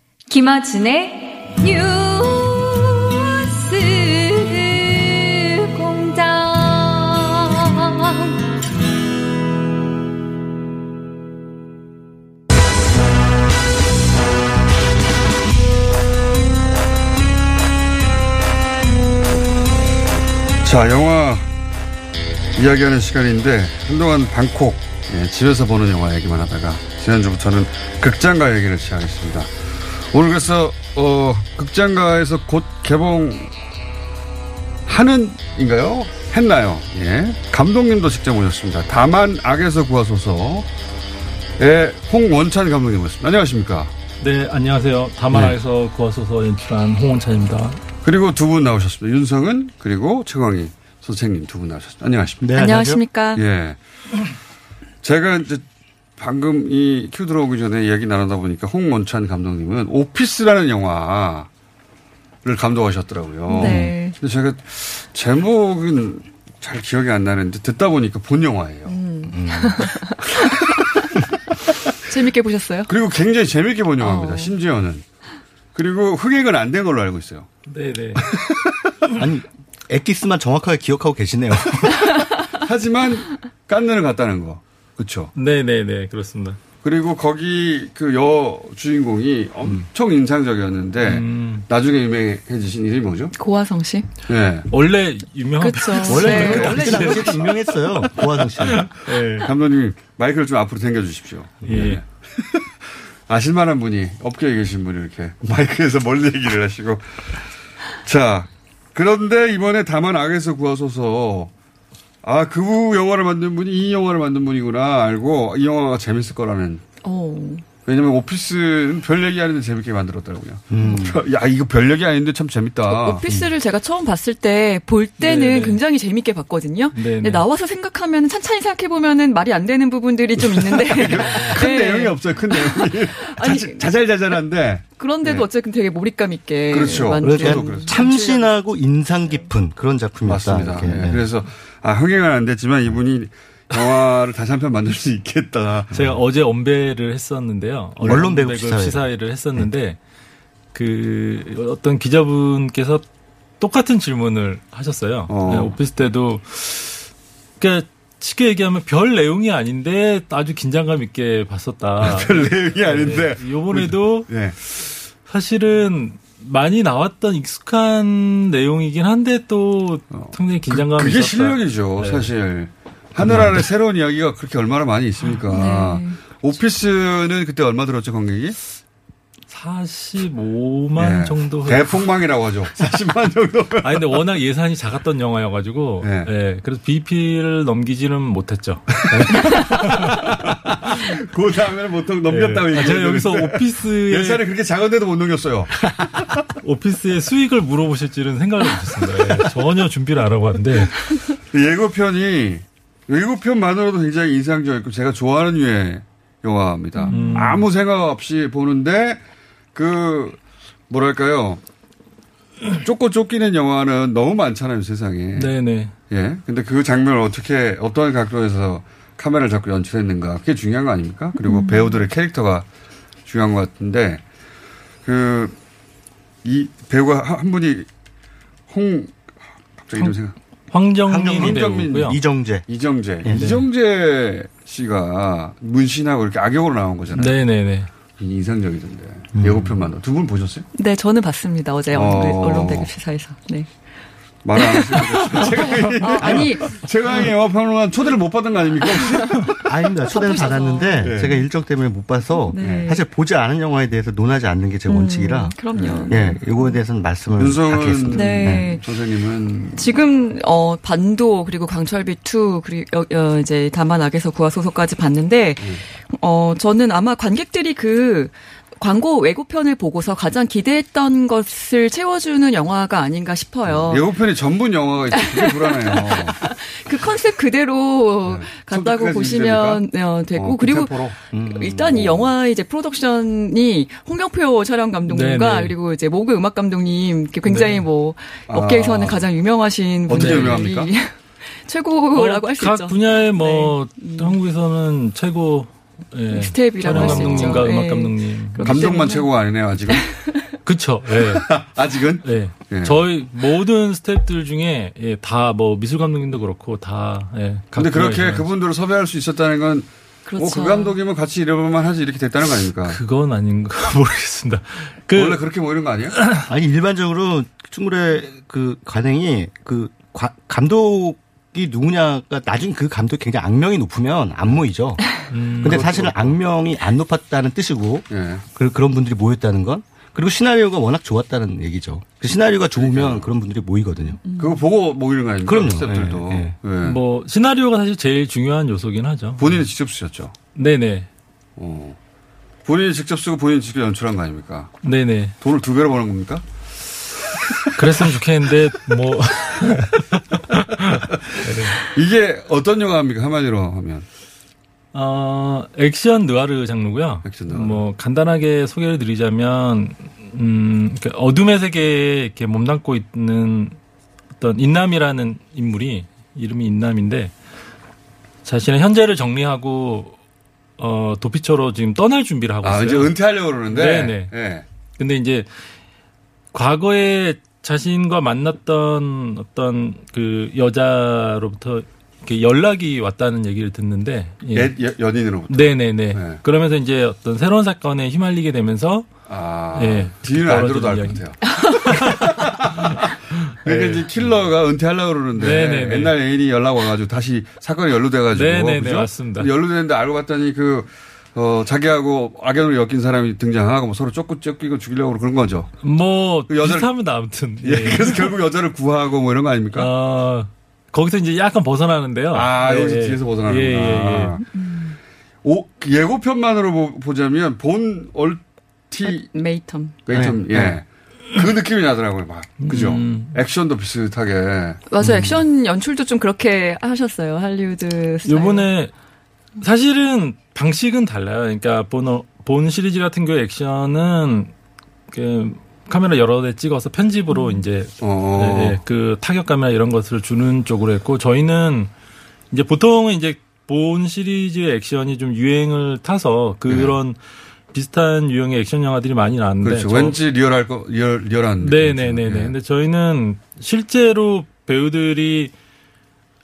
[SPEAKER 17] 김어준의 뉴스 공장.
[SPEAKER 6] 자, 영화 이야기하는 시간인데 한동안 방콕 예, 집에서 보는 영화 얘기만 하다가 지난주부터는 극장가 얘기를 시작했습니다. 오늘 그래서 어, 극장가에서 곧 개봉하는인가요? 했나요? 예. 감독님도 직접 오셨습니다. 다만 악에서 구하소서의 홍원찬 감독님 오셨습니다. 안녕하십니까?
[SPEAKER 13] 네, 안녕하세요. 다만 악에서 구하소서 연출한 홍원찬입니다.
[SPEAKER 6] 그리고 두 분 나오셨습니다. 윤성은 그리고 최광희 선생님 두 분 나오셨습니다. 안녕하십니까?
[SPEAKER 18] 네, 안녕하십니까?
[SPEAKER 6] 예. 제가 이제 방금 이 큐 들어오기 전에 이야기 나누다 보니까 홍원찬 감독님은 오피스라는 영화를 감독하셨더라고요.
[SPEAKER 18] 네.
[SPEAKER 6] 근데 제가 제목은 잘 기억이 안 나는데 듣다 보니까 본 영화예요.
[SPEAKER 18] 음. 재밌게 보셨어요?
[SPEAKER 6] 그리고 굉장히 재밌게 본 영화입니다. 심지어는. 그리고 흑액은 안 된 걸로 알고 있어요.
[SPEAKER 13] 네네.
[SPEAKER 7] 아니, 엑기스만 정확하게 기억하고 계시네요.
[SPEAKER 6] 하지만 깐느를 갔다는 거. 그렇죠.
[SPEAKER 13] 네네네. 그렇습니다.
[SPEAKER 6] 그리고 거기 그 여 주인공이 엄청 인상적이었는데
[SPEAKER 7] 음.
[SPEAKER 6] 나중에 유명해지신 이름이 뭐죠?
[SPEAKER 18] 고화성 씨?
[SPEAKER 6] 예.
[SPEAKER 13] 원래 유명한
[SPEAKER 18] 그쵸.
[SPEAKER 7] 원래
[SPEAKER 18] 네.
[SPEAKER 7] 그 당시 당시에 유명했어요. 고화성 씨는.
[SPEAKER 13] 네.
[SPEAKER 6] 감독님 마이크를 좀 앞으로 당겨 주십시오. 예. 아실만한 분이 업계에 계신 분이 이렇게 마이크에서 멀리 얘기를 하시고 자 그런데 이번에 다만 악에서 구하소서 아 그 영화를 만든 분이 이 영화를 만든 분이구나 알고 이 영화가 재밌을 거라는
[SPEAKER 18] 오.
[SPEAKER 6] 왜냐면 오피스는 별 얘기하는데 재밌게 만들었더라고요.
[SPEAKER 13] 음.
[SPEAKER 6] 야 이거 별 얘기 아닌데 참 재밌다.
[SPEAKER 18] 오피스를 제가 처음 봤을 때, 볼 때는
[SPEAKER 6] 네네.
[SPEAKER 18] 굉장히 재밌게 봤거든요.
[SPEAKER 6] 네네.
[SPEAKER 18] 근데 나와서 생각하면, 천천히 생각해보면 말이 안 되는 부분들이 좀 있는데.
[SPEAKER 6] 큰
[SPEAKER 18] 네.
[SPEAKER 6] 내용이 없어요. 큰 내용이 자- 자잘자잘한데 그렇죠.
[SPEAKER 18] 그런데도
[SPEAKER 6] 네.
[SPEAKER 18] 어쨌든 되게 몰입감 있게. 만든 네,
[SPEAKER 7] 그래서 네, 참신하고 인상 깊은 그런 작품이었다.
[SPEAKER 6] 맞습니다.
[SPEAKER 7] 이렇게. 네.
[SPEAKER 6] 예, 그래서 아 흥행은 안 됐지만 이분이 영화를 다시 한 편 만들 수 있겠다.
[SPEAKER 13] 제가 어제 언배를 했었는데요.
[SPEAKER 7] 언론 배급 시사회.
[SPEAKER 13] 시사회. 를
[SPEAKER 6] 네.
[SPEAKER 13] 했었는데 그 어떤 기자분께서 똑같은 질문을 하셨어요.
[SPEAKER 6] 어.
[SPEAKER 13] 네, 오피스 때도 그러니까 쉽게 얘기하면 별 내용이 아닌데 아주 긴장감 있게
[SPEAKER 9] 아,
[SPEAKER 13] 봤었다. 네,
[SPEAKER 6] 별 내용이 아닌데.
[SPEAKER 9] 예.
[SPEAKER 6] 예.
[SPEAKER 13] 요번에도 사실은 많이 나왔던 익숙한 내용이긴 한데 또 굉장히 긴장감이
[SPEAKER 6] 어. 그게
[SPEAKER 13] 있었다.
[SPEAKER 6] 실력이죠,
[SPEAKER 13] 네.
[SPEAKER 6] 사실.
[SPEAKER 7] 그
[SPEAKER 6] 하늘 아래 새로운 이야기가 그렇게 얼마나 많이 있습니까.
[SPEAKER 7] 네.
[SPEAKER 6] 오피스는 그때 얼마 들었죠, 관객이?
[SPEAKER 13] 45만
[SPEAKER 6] 예.
[SPEAKER 13] 정도.
[SPEAKER 6] 대폭망이라고 하죠. 40만 정도.
[SPEAKER 13] 아 근데 워낙 예산이 작았던 영화여가지고 예. 그래서 BP를 넘기지는 못했죠.
[SPEAKER 6] 그 다음에는 보통 넘겼다고
[SPEAKER 13] 예. 아,
[SPEAKER 6] 얘기해요.
[SPEAKER 13] 제가 여기서 오피스의-
[SPEAKER 6] 예산이 그렇게 작은데도 못 넘겼어요.
[SPEAKER 13] 오피스의 수익을 물어보실지는 생각을 못했습니다. 예. 전혀 준비를 안 하고 왔는데
[SPEAKER 6] 그 예고편이 예고편만으로도 굉장히 인상적이고 제가 좋아하는 유의 영화입니다.
[SPEAKER 13] 음.
[SPEAKER 6] 아무 생각 없이 보는데 그 뭐랄까요 쫓고 쫓기는 영화는 너무 많잖아요 세상에.
[SPEAKER 13] 네네.
[SPEAKER 6] 예. 근데 그 장면을 어떻게 어떤 각도에서 카메라를 잡고 연출했는가 그게 중요한 거 아닙니까? 그리고
[SPEAKER 13] 음.
[SPEAKER 6] 배우들의 캐릭터가 중요한 것 같은데 그 이 배우가 한- 한 분이 홍 갑자기 이름 생각
[SPEAKER 13] 황정민이
[SPEAKER 6] 황정민,
[SPEAKER 13] 배우고요.
[SPEAKER 7] 이정재.
[SPEAKER 6] 이정재.
[SPEAKER 13] 네.
[SPEAKER 6] 이정재 씨가 문신하고 이렇게 악역으로 나온 거잖아요.
[SPEAKER 13] 네네네.
[SPEAKER 6] 인상적이던데.
[SPEAKER 7] 음.
[SPEAKER 6] 예고편만. 두 분 보셨어요?
[SPEAKER 18] 네, 저는 봤습니다. 어제
[SPEAKER 6] 어.
[SPEAKER 18] 언론 대급 시사에서. 네.
[SPEAKER 6] 말 안 하시는데.
[SPEAKER 18] 아, 아니.
[SPEAKER 6] 제가 영화 평론가 초대를 못 받은 거 아닙니까?
[SPEAKER 7] 아닙니다. 초대는 받았는데
[SPEAKER 6] 네.
[SPEAKER 7] 제가 일정 때문에 못 봐서
[SPEAKER 18] 네. 음,
[SPEAKER 7] 사실 보지 않은 영화에 대해서 논하지 않는 게 제 원칙이라.
[SPEAKER 18] 그럼요.
[SPEAKER 7] 예, 이거에 대해서는 말씀을
[SPEAKER 6] 윤성은
[SPEAKER 7] 드리겠습니다.
[SPEAKER 18] 네.
[SPEAKER 6] 선생님은
[SPEAKER 18] 지금 어 반도 그리고 강철비 2 그리고 어, 어, 이제 다만 악에서 구하소서까지 봤는데
[SPEAKER 6] 음.
[SPEAKER 18] 어 저는 아마 관객들이 그 광고 외고편을 보고서 가장 기대했던 것을 채워주는 영화가 아닌가 싶어요.
[SPEAKER 6] 예고편이 전부 영화가 있죠. 그게 불안해요.
[SPEAKER 18] 그 컨셉 그대로 갔다고
[SPEAKER 6] 손끝까지
[SPEAKER 18] 보시면 어, 되고
[SPEAKER 6] 네. 어, 그
[SPEAKER 18] 그리고
[SPEAKER 6] 템포로.
[SPEAKER 19] 음.
[SPEAKER 18] 일단 이 영화의 이제 프로덕션이 홍경표 촬영 감독님과
[SPEAKER 6] 네네.
[SPEAKER 18] 그리고 이제 모그 음악 감독님 이렇게 굉장히 뭐 업계에서는
[SPEAKER 13] 네. 아.
[SPEAKER 18] 가장 유명하신
[SPEAKER 13] 어떻게
[SPEAKER 18] 분들이
[SPEAKER 13] 유명합니까?
[SPEAKER 18] 최고라고
[SPEAKER 13] 어,
[SPEAKER 18] 할 수
[SPEAKER 13] 각
[SPEAKER 18] 있죠. 네.
[SPEAKER 13] 분야의 뭐 한국에서는 최고 예,
[SPEAKER 18] 스텝이라고
[SPEAKER 13] 촬영
[SPEAKER 18] 할수 있죠.
[SPEAKER 13] 감독님과
[SPEAKER 18] 예.
[SPEAKER 13] 음악 감독님.
[SPEAKER 18] 그렇기
[SPEAKER 6] 감독만
[SPEAKER 18] 때문에.
[SPEAKER 6] 최고가 아니네요, 아직은.
[SPEAKER 13] 그쵸. 예.
[SPEAKER 6] 아직은?
[SPEAKER 13] 예. 저희 모든 스탭들 중에 예, 다뭐 미술 감독님도 그렇고 다. 예, 각
[SPEAKER 6] 근데 그렇게
[SPEAKER 7] 네.
[SPEAKER 13] 분야에서는.
[SPEAKER 6] 그분들을 섭외할 수 있었다는 건
[SPEAKER 18] 그렇죠.
[SPEAKER 6] 어, 그 감독이면 같이 일해볼만 하지 이렇게 됐다는 거 아닙니까? 뭐
[SPEAKER 13] 그건 아닌가 모르겠습니다. 그-
[SPEAKER 6] 원래 그렇게 모이는 거 아니에요?
[SPEAKER 7] 아니 일반적으로 충무의 그 관행이 그 과- 감독이 누구냐가 나중에 그 감독이 굉장히 악명이 높으면 안 모이죠.
[SPEAKER 13] 음,
[SPEAKER 7] 근데
[SPEAKER 6] 그렇죠.
[SPEAKER 7] 사실은 악명이 안 높았다는 뜻이고
[SPEAKER 6] 예.
[SPEAKER 7] 그, 그런 분들이 모였다는 건 그리고 시나리오가 워낙 좋았다는 얘기죠. 그 시나리오가 좋으면 그런 분들이 모이거든요.
[SPEAKER 6] 그렇죠. 음. 그거 보고 모이는 거 아닙니까?
[SPEAKER 7] 그럼요.
[SPEAKER 6] 스태프들도.
[SPEAKER 7] 예, 예.
[SPEAKER 13] 뭐 시나리오가 사실 제일 중요한 요소긴 하죠. 예.
[SPEAKER 6] 본인이 직접 쓰셨죠?
[SPEAKER 13] 네네.
[SPEAKER 6] 어. 본인이 직접 쓰고 본인이 직접 연출한 거 아닙니까?
[SPEAKER 13] 네네.
[SPEAKER 6] 돈을 두 배로 버는 겁니까?
[SPEAKER 13] 그랬으면 좋겠는데 뭐
[SPEAKER 6] 이게 어떤 영화입니까? 한마디로 하면.
[SPEAKER 13] 어, 액션 느와르 장르고요. 뭐 간단하게 소개를 드리자면 음, 그 어둠의 세계에 이렇게 몸담고 있는 어떤 인남이라는 인물이 이름이 인남인데 자신의 현재를 정리하고 어, 도피처로 지금 떠날 준비를 하고 있어요.
[SPEAKER 6] 아, 이제 은퇴하려고 그러는데.
[SPEAKER 13] 네네.
[SPEAKER 6] 예.
[SPEAKER 13] 근데 이제 과거에 자신과 만났던 어떤 그 여자로부터 이렇게 연락이 왔다는 얘기를 듣는데 예.
[SPEAKER 6] 옛 여- 연인으로부터.
[SPEAKER 13] 네네네. 그러면서 이제 어떤 새로운 사건에 휘말리게 되면서
[SPEAKER 6] 아,
[SPEAKER 13] 예.
[SPEAKER 6] 뒤를 안 들어도 알 것 같아요. 그러니까 이제 킬러가 은퇴하려고 그러는데
[SPEAKER 13] 네. 네네네.
[SPEAKER 6] 옛날 애인이 연락 와가지고 다시 사건이 연루돼가지고
[SPEAKER 13] 네네네,
[SPEAKER 6] 그죠?
[SPEAKER 13] 맞습니다.
[SPEAKER 6] 연루됐는데 알고 봤더니 그 어, 자기하고 악연으로 엮인 사람이 등장하고 뭐 서로 쫓고 쫓기고 죽이려고 그런 거죠.
[SPEAKER 13] 뭐
[SPEAKER 6] 그 여자를-
[SPEAKER 13] 비슷합니다 아무튼.
[SPEAKER 6] 예, 그래서 결국 여자를 구하고 뭐 이런 거 아닙니까?
[SPEAKER 13] 어, 거기서 이제 약간 벗어나는데요.
[SPEAKER 6] 아,
[SPEAKER 13] 예,
[SPEAKER 6] 여기서
[SPEAKER 13] 예.
[SPEAKER 6] 뒤에서 벗어나는구나.
[SPEAKER 13] 예, 예,
[SPEAKER 6] 오, 예고편만으로 보- 보자면 본 얼티
[SPEAKER 18] 메이텀.
[SPEAKER 6] 웨이텀
[SPEAKER 18] 아, 네.
[SPEAKER 6] 예. 그 느낌이 나더라고요, 막. 그죠?
[SPEAKER 13] 음.
[SPEAKER 6] 액션도 비슷하게.
[SPEAKER 18] 맞아요. 액션 연출도 좀 그렇게 하셨어요. 할리우드 그 스타일.
[SPEAKER 13] 요번에 사실은 방식은 달라요. 그러니까 본, 어- 본 시리즈 같은 경우 액션은 그 카메라 여러 대 찍어서 편집으로
[SPEAKER 18] 음.
[SPEAKER 13] 이제
[SPEAKER 6] 어.
[SPEAKER 13] 예, 예, 그 타격감이나 이런 것을 주는 쪽으로 했고 저희는 이제 보통은 이제 본 시리즈의 액션이 좀 유행을 타서 그런 비슷한 유형의 액션 영화들이 많이 나왔는데
[SPEAKER 6] 네. 그렇죠.
[SPEAKER 13] 저-
[SPEAKER 6] 왠지 리얼할 거, 리얼, 리얼한. 예.
[SPEAKER 13] 네네네네. 근데 저희는 실제로 배우들이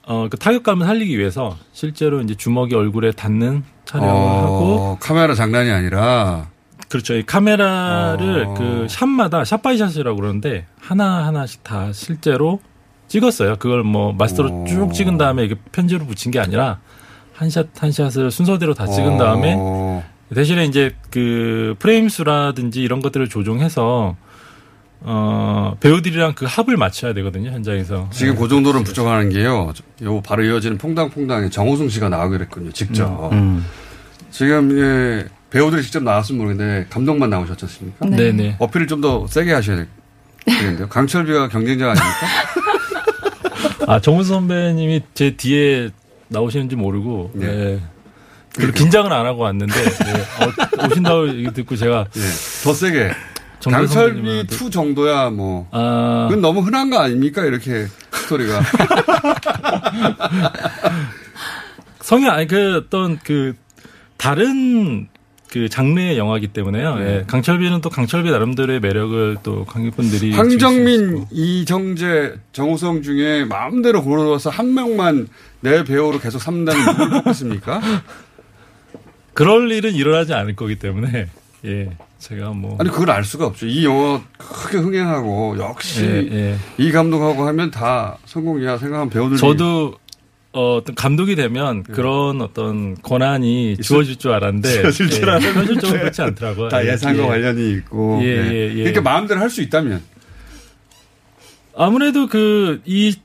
[SPEAKER 13] 어, 그 타격감을 살리기 위해서 실제로 이제 주먹이 얼굴에 닿는 촬영을
[SPEAKER 6] 어,
[SPEAKER 13] 하고
[SPEAKER 6] 카메라 장난이 아니라. 어.
[SPEAKER 13] 그렇죠. 이 카메라를 그 샷마다 샷바이샷이라고 그러는데 하나 하나씩 다 실제로 찍었어요. 그걸 뭐 마스터로 쭉 찍은 다음에 이게 편지로 붙인 게 아니라 한 샷 한 샷을 순서대로 다 찍은 다음에
[SPEAKER 6] 어.
[SPEAKER 13] 대신에 이제 그 프레임 수라든지 이런 것들을 조정해서 어 배우들이랑 그 합을 맞춰야 되거든요 현장에서.
[SPEAKER 6] 지금 그 정도는 부족하는 게요. 요 바로 이어지는 퐁당퐁당에 정호승 씨가 나가기로 했군요. 직접.
[SPEAKER 13] 음.
[SPEAKER 6] 지금 예, 배우들이 직접 나왔으면 모르겠는데 감독만 나오셨지 않습니까?
[SPEAKER 13] 네. 네네.
[SPEAKER 6] 어필을 좀 더 세게 하셔야 되겠는데요. 강철비가 경쟁자 아닙니까?
[SPEAKER 13] 아 정훈 선배님이 제 뒤에 나오시는지 모르고
[SPEAKER 6] 네.
[SPEAKER 13] 예. 별로 긴장을 안 하고 왔는데 예. 어, 오신다고 얘기 듣고 제가
[SPEAKER 6] 네. 더 세게
[SPEAKER 13] 정대
[SPEAKER 6] 강철비 2 정도야 뭐.
[SPEAKER 13] 아.
[SPEAKER 6] 그건 너무 흔한 거 아닙니까? 이렇게 스토리가.
[SPEAKER 13] 성이 아니 그 어떤 그 다른 그 장르의 영화이기 때문에요.
[SPEAKER 6] 네.
[SPEAKER 13] 예. 강철비는 또 강철비 나름대로의 매력을 또 관객분들이
[SPEAKER 6] 황정민, 이정재, 정우성 중에 마음대로 고르러서 한 명만 내 배우로 계속 3단 누굴 뽑겠습니까?
[SPEAKER 13] 그럴 일은 일어나지 않을 거기 때문에 예 제가 뭐
[SPEAKER 6] 아니 그걸 알 수가 없죠. 이 영화 크게 흥행하고 역시
[SPEAKER 13] 예, 예.
[SPEAKER 6] 이 감독하고 하면 다 성공이야 생각하는 배우들이
[SPEAKER 13] 저도 어, 어떤 감독이 되면 그런 어떤 권한이 주어질 줄 알았는데
[SPEAKER 6] 네.
[SPEAKER 13] 예,
[SPEAKER 6] 주어질 줄 알았는데.
[SPEAKER 13] 현실적으로 그렇지 않더라고요.
[SPEAKER 6] 다
[SPEAKER 13] 예,
[SPEAKER 6] 예상과
[SPEAKER 13] 예.
[SPEAKER 6] 관련이 있고
[SPEAKER 13] 예,
[SPEAKER 6] 네.
[SPEAKER 13] 예, 예.
[SPEAKER 6] 그러니까 마음대로 할 수 있다면
[SPEAKER 13] 아무래도 그, 이,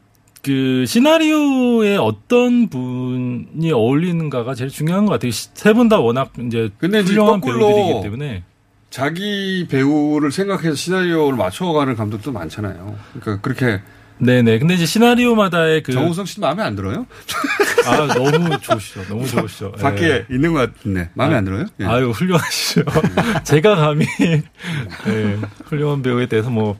[SPEAKER 13] 그, 시나리오에 어떤 분이 어울리는가가 제일 중요한 것 같아요. 세 분 다 워낙 이제
[SPEAKER 6] 이제
[SPEAKER 13] 훌륭한
[SPEAKER 6] 거꾸로
[SPEAKER 13] 배우들이기 때문에.
[SPEAKER 6] 자기 배우를 생각해서 시나리오를 맞춰가는 감독도 많잖아요. 그러니까 그렇게
[SPEAKER 13] 네네. 근데 이제 시나리오마다의 그.
[SPEAKER 6] 정우성 씨 마음에 안 들어요?
[SPEAKER 13] 아, 너무 좋으시죠. 너무 좋으시죠.
[SPEAKER 6] 밖에
[SPEAKER 13] 예.
[SPEAKER 6] 있는 것 같은데 마음에
[SPEAKER 13] 아,
[SPEAKER 6] 안 들어요? 예.
[SPEAKER 13] 아유, 훌륭하시죠. 제가 감히, 예, 훌륭한 배우에 대해서 뭐,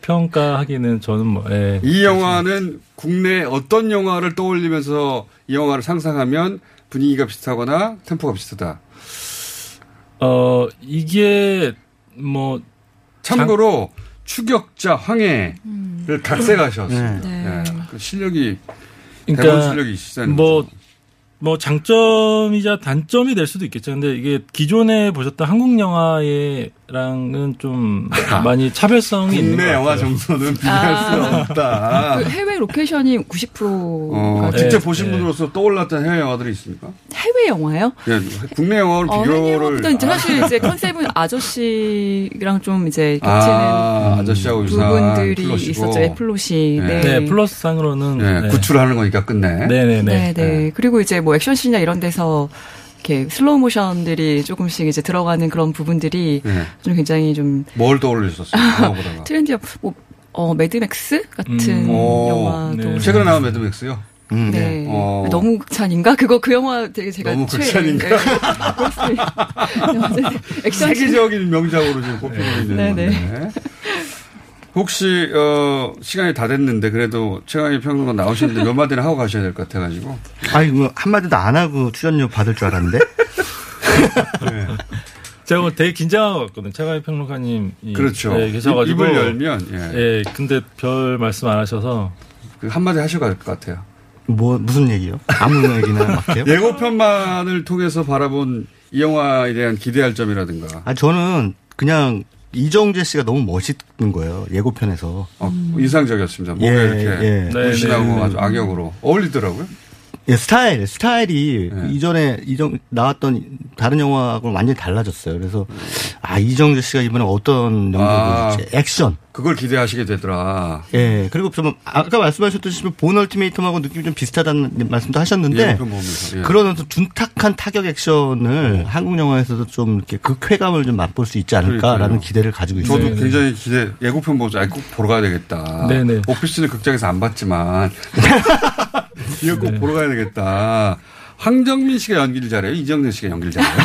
[SPEAKER 13] 평가하기는 저는 뭐, 예.
[SPEAKER 6] 이 영화는 국내 어떤 영화를 떠올리면서 이 영화를 상상하면 분위기가 비슷하거나 템포가 비슷하다.
[SPEAKER 13] 어, 이게, 뭐.
[SPEAKER 6] 참고로, 추격자 황해를 각색하셨습니다.
[SPEAKER 13] 네.
[SPEAKER 6] 예. 그 실력이 대본
[SPEAKER 13] 그러니까
[SPEAKER 6] 실력이 있으시다는
[SPEAKER 13] 뭐, 뭐 장점이자 단점이 될 수도 있겠죠. 근데 이게 기존에 보셨던 한국 영화의 영화랑은 좀 많이 차별성이 있는 것
[SPEAKER 6] 아. 국내
[SPEAKER 13] 같아요.
[SPEAKER 6] 영화 정서는 비교할
[SPEAKER 18] 아.
[SPEAKER 6] 수 없다.
[SPEAKER 18] 그 해외 로케이션이 90%가
[SPEAKER 6] 어, 직접 보신
[SPEAKER 13] 네.
[SPEAKER 6] 분으로서 떠올랐던 해외 영화들이 있습니까?
[SPEAKER 18] 해외 영화요?
[SPEAKER 6] 예, 국내 영화를 아,
[SPEAKER 18] 어,
[SPEAKER 6] 비교를
[SPEAKER 18] 일단 이제 사실 이제 컨셉은 아저씨랑 좀 이제 겹치는
[SPEAKER 6] 아, 아저씨하고 유사한
[SPEAKER 18] 부분들이
[SPEAKER 6] 플롯이고.
[SPEAKER 18] 있었죠. 예, 플롯이. 네.
[SPEAKER 13] 네, 플러스상으로는
[SPEAKER 6] 예,
[SPEAKER 13] 네.
[SPEAKER 6] 구출하는 거니까 끝내.
[SPEAKER 13] 네네네.
[SPEAKER 18] 네, 네. 그리고 이제 뭐 액션씬이나 이런 데서 이렇게 슬로우 모션들이 조금씩 이제 들어가는 그런 부분들이
[SPEAKER 6] 네.
[SPEAKER 18] 좀 굉장히 좀
[SPEAKER 6] 뭘 떠올리셨어요?
[SPEAKER 18] 아,
[SPEAKER 6] 영화보다가.
[SPEAKER 18] 트렌디한 뭐 어, 매드맥스 같은
[SPEAKER 13] 음.
[SPEAKER 6] 오,
[SPEAKER 18] 영화도
[SPEAKER 6] 네. 최근에 나온 매드맥스요.
[SPEAKER 18] 아, 네.
[SPEAKER 6] 어,
[SPEAKER 18] 너무 극찬인가? 그거 그 영화 되게 제가
[SPEAKER 6] 너무
[SPEAKER 18] 최애-
[SPEAKER 6] 극찬인가?
[SPEAKER 18] 네. 그렇습니다. 액션
[SPEAKER 6] 세계적인 명작으로 지금 꼽히고 있는
[SPEAKER 18] 네,
[SPEAKER 6] 건데.
[SPEAKER 18] 네.
[SPEAKER 6] 혹시 어, 시간이 다 됐는데 그래도 최강의 평론가 나오시는데 몇 마디를 하고 가셔야 될 것 같아가지고.
[SPEAKER 7] 아니 뭐 한마디도 안 하고 출연료 받을 줄 알았는데
[SPEAKER 6] 네.
[SPEAKER 13] 제가 오늘 되게 긴장하고 왔거든요. 최강희 평론가님 이-
[SPEAKER 6] 그렇죠.
[SPEAKER 13] 네, 계셔가지고
[SPEAKER 6] 입을 열면, 예.
[SPEAKER 13] 근데 별 말씀 안 하셔서
[SPEAKER 6] 그 한마디 하시고 갈 것 같아요.
[SPEAKER 7] 뭐 무슨 얘기요? 아무 얘기나 막 해요?
[SPEAKER 6] 예고편만을 통해서 바라본 이 영화에 대한 기대할 점이라든가.
[SPEAKER 7] 아 저는 그냥 이정재 씨가 너무 멋있는 거예요 예고편에서.
[SPEAKER 6] 어. 인상적이었습니다. 뭔가
[SPEAKER 7] 예, 예.
[SPEAKER 6] 이렇게
[SPEAKER 7] 네,
[SPEAKER 6] 무신하고
[SPEAKER 7] 네.
[SPEAKER 6] 아주 악역으로 어울리더라고요.
[SPEAKER 7] 예, 스타일, 스타일이
[SPEAKER 6] 예.
[SPEAKER 7] 이전에 이정 나왔던 다른 영화하고 완전히 달라졌어요. 그래서 아 이정재 씨가 이번에 어떤 연기를
[SPEAKER 6] 아.
[SPEAKER 7] 보여줄지 액션.
[SPEAKER 6] 그걸 기대하시게 되더라.
[SPEAKER 7] 예, 그리고 좀 아까 말씀하셨듯이 본 얼티메이텀하고 느낌이 좀 비슷하다는 말씀도 하셨는데
[SPEAKER 6] 예고편 보면서, 예.
[SPEAKER 7] 그런 어떤 둔탁한 타격 액션을 한국 영화에서도 좀 이렇게 극쾌감을 좀 맛볼 수 있지 않을까라는
[SPEAKER 6] 그러니까요.
[SPEAKER 7] 기대를 가지고 있어요.
[SPEAKER 6] 저도 굉장히 기대 예고편 보면서 아, 꼭 보러 가야 되겠다.
[SPEAKER 7] 네. 네네.
[SPEAKER 6] 오피스는 극장에서 안 봤지만 이거
[SPEAKER 7] 네.
[SPEAKER 6] 꼭 보러 가야 되겠다. 황정민 씨가 연기를 잘해요. 이정재 씨가 연기를 잘해요.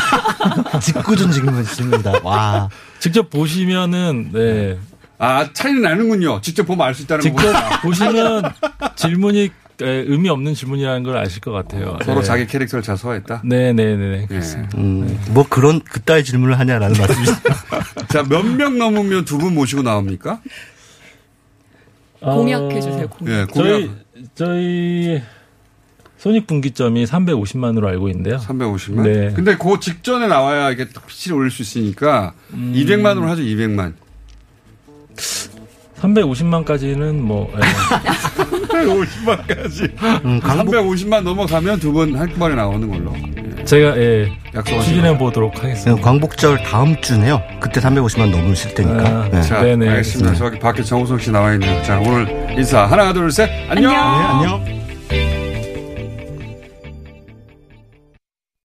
[SPEAKER 7] 직구준 지금은 있습니다. 와.
[SPEAKER 13] 직접 보시면은 네.
[SPEAKER 6] 아 차이는 나는군요. 직접 보면 알 수 있다는
[SPEAKER 13] 직접
[SPEAKER 6] 거구나.
[SPEAKER 13] 보시면 질문이 에, 의미 없는 질문이라는 걸 아실 것 같아요.
[SPEAKER 6] 서로
[SPEAKER 13] 네.
[SPEAKER 6] 자기 캐릭터를 잘 소화했다. 예.
[SPEAKER 13] 네네네 그렇습니다.
[SPEAKER 7] 음, 뭐 그런 그따위 질문을 하냐라는 말씀이죠.
[SPEAKER 6] 자몇 명 넘으면 두 분 모시고 나옵니까?
[SPEAKER 18] 공약해 주세요. 공약.
[SPEAKER 6] 예,
[SPEAKER 13] 네, 저희 저희 손익 분기점이 350만으로 알고 있는데요.
[SPEAKER 6] 350만.
[SPEAKER 13] 네.
[SPEAKER 6] 근데 그 직전에 나와야 이게 딱 피치를 올릴 수 있으니까
[SPEAKER 7] 음.
[SPEAKER 6] 200만으로 하죠. 200만.
[SPEAKER 13] 350만까지는 뭐 예.
[SPEAKER 6] 350만까지. 350만 음, 넘어가면 두 분 한꺼번에 나오는 걸로.
[SPEAKER 13] 제가 예,
[SPEAKER 6] 약속하시고요.
[SPEAKER 13] 추진해 보도록 하겠습니다.
[SPEAKER 7] 광복절 다음 주네요. 그때 350만 넘으실 테니까.
[SPEAKER 13] 아,
[SPEAKER 7] 네.
[SPEAKER 6] 아, 자, 알겠습니다. 저기 밖에 정우성 씨 나와 있네요. 자, 오늘 인사 하나, 둘, 셋. 안녕.
[SPEAKER 7] 안녕.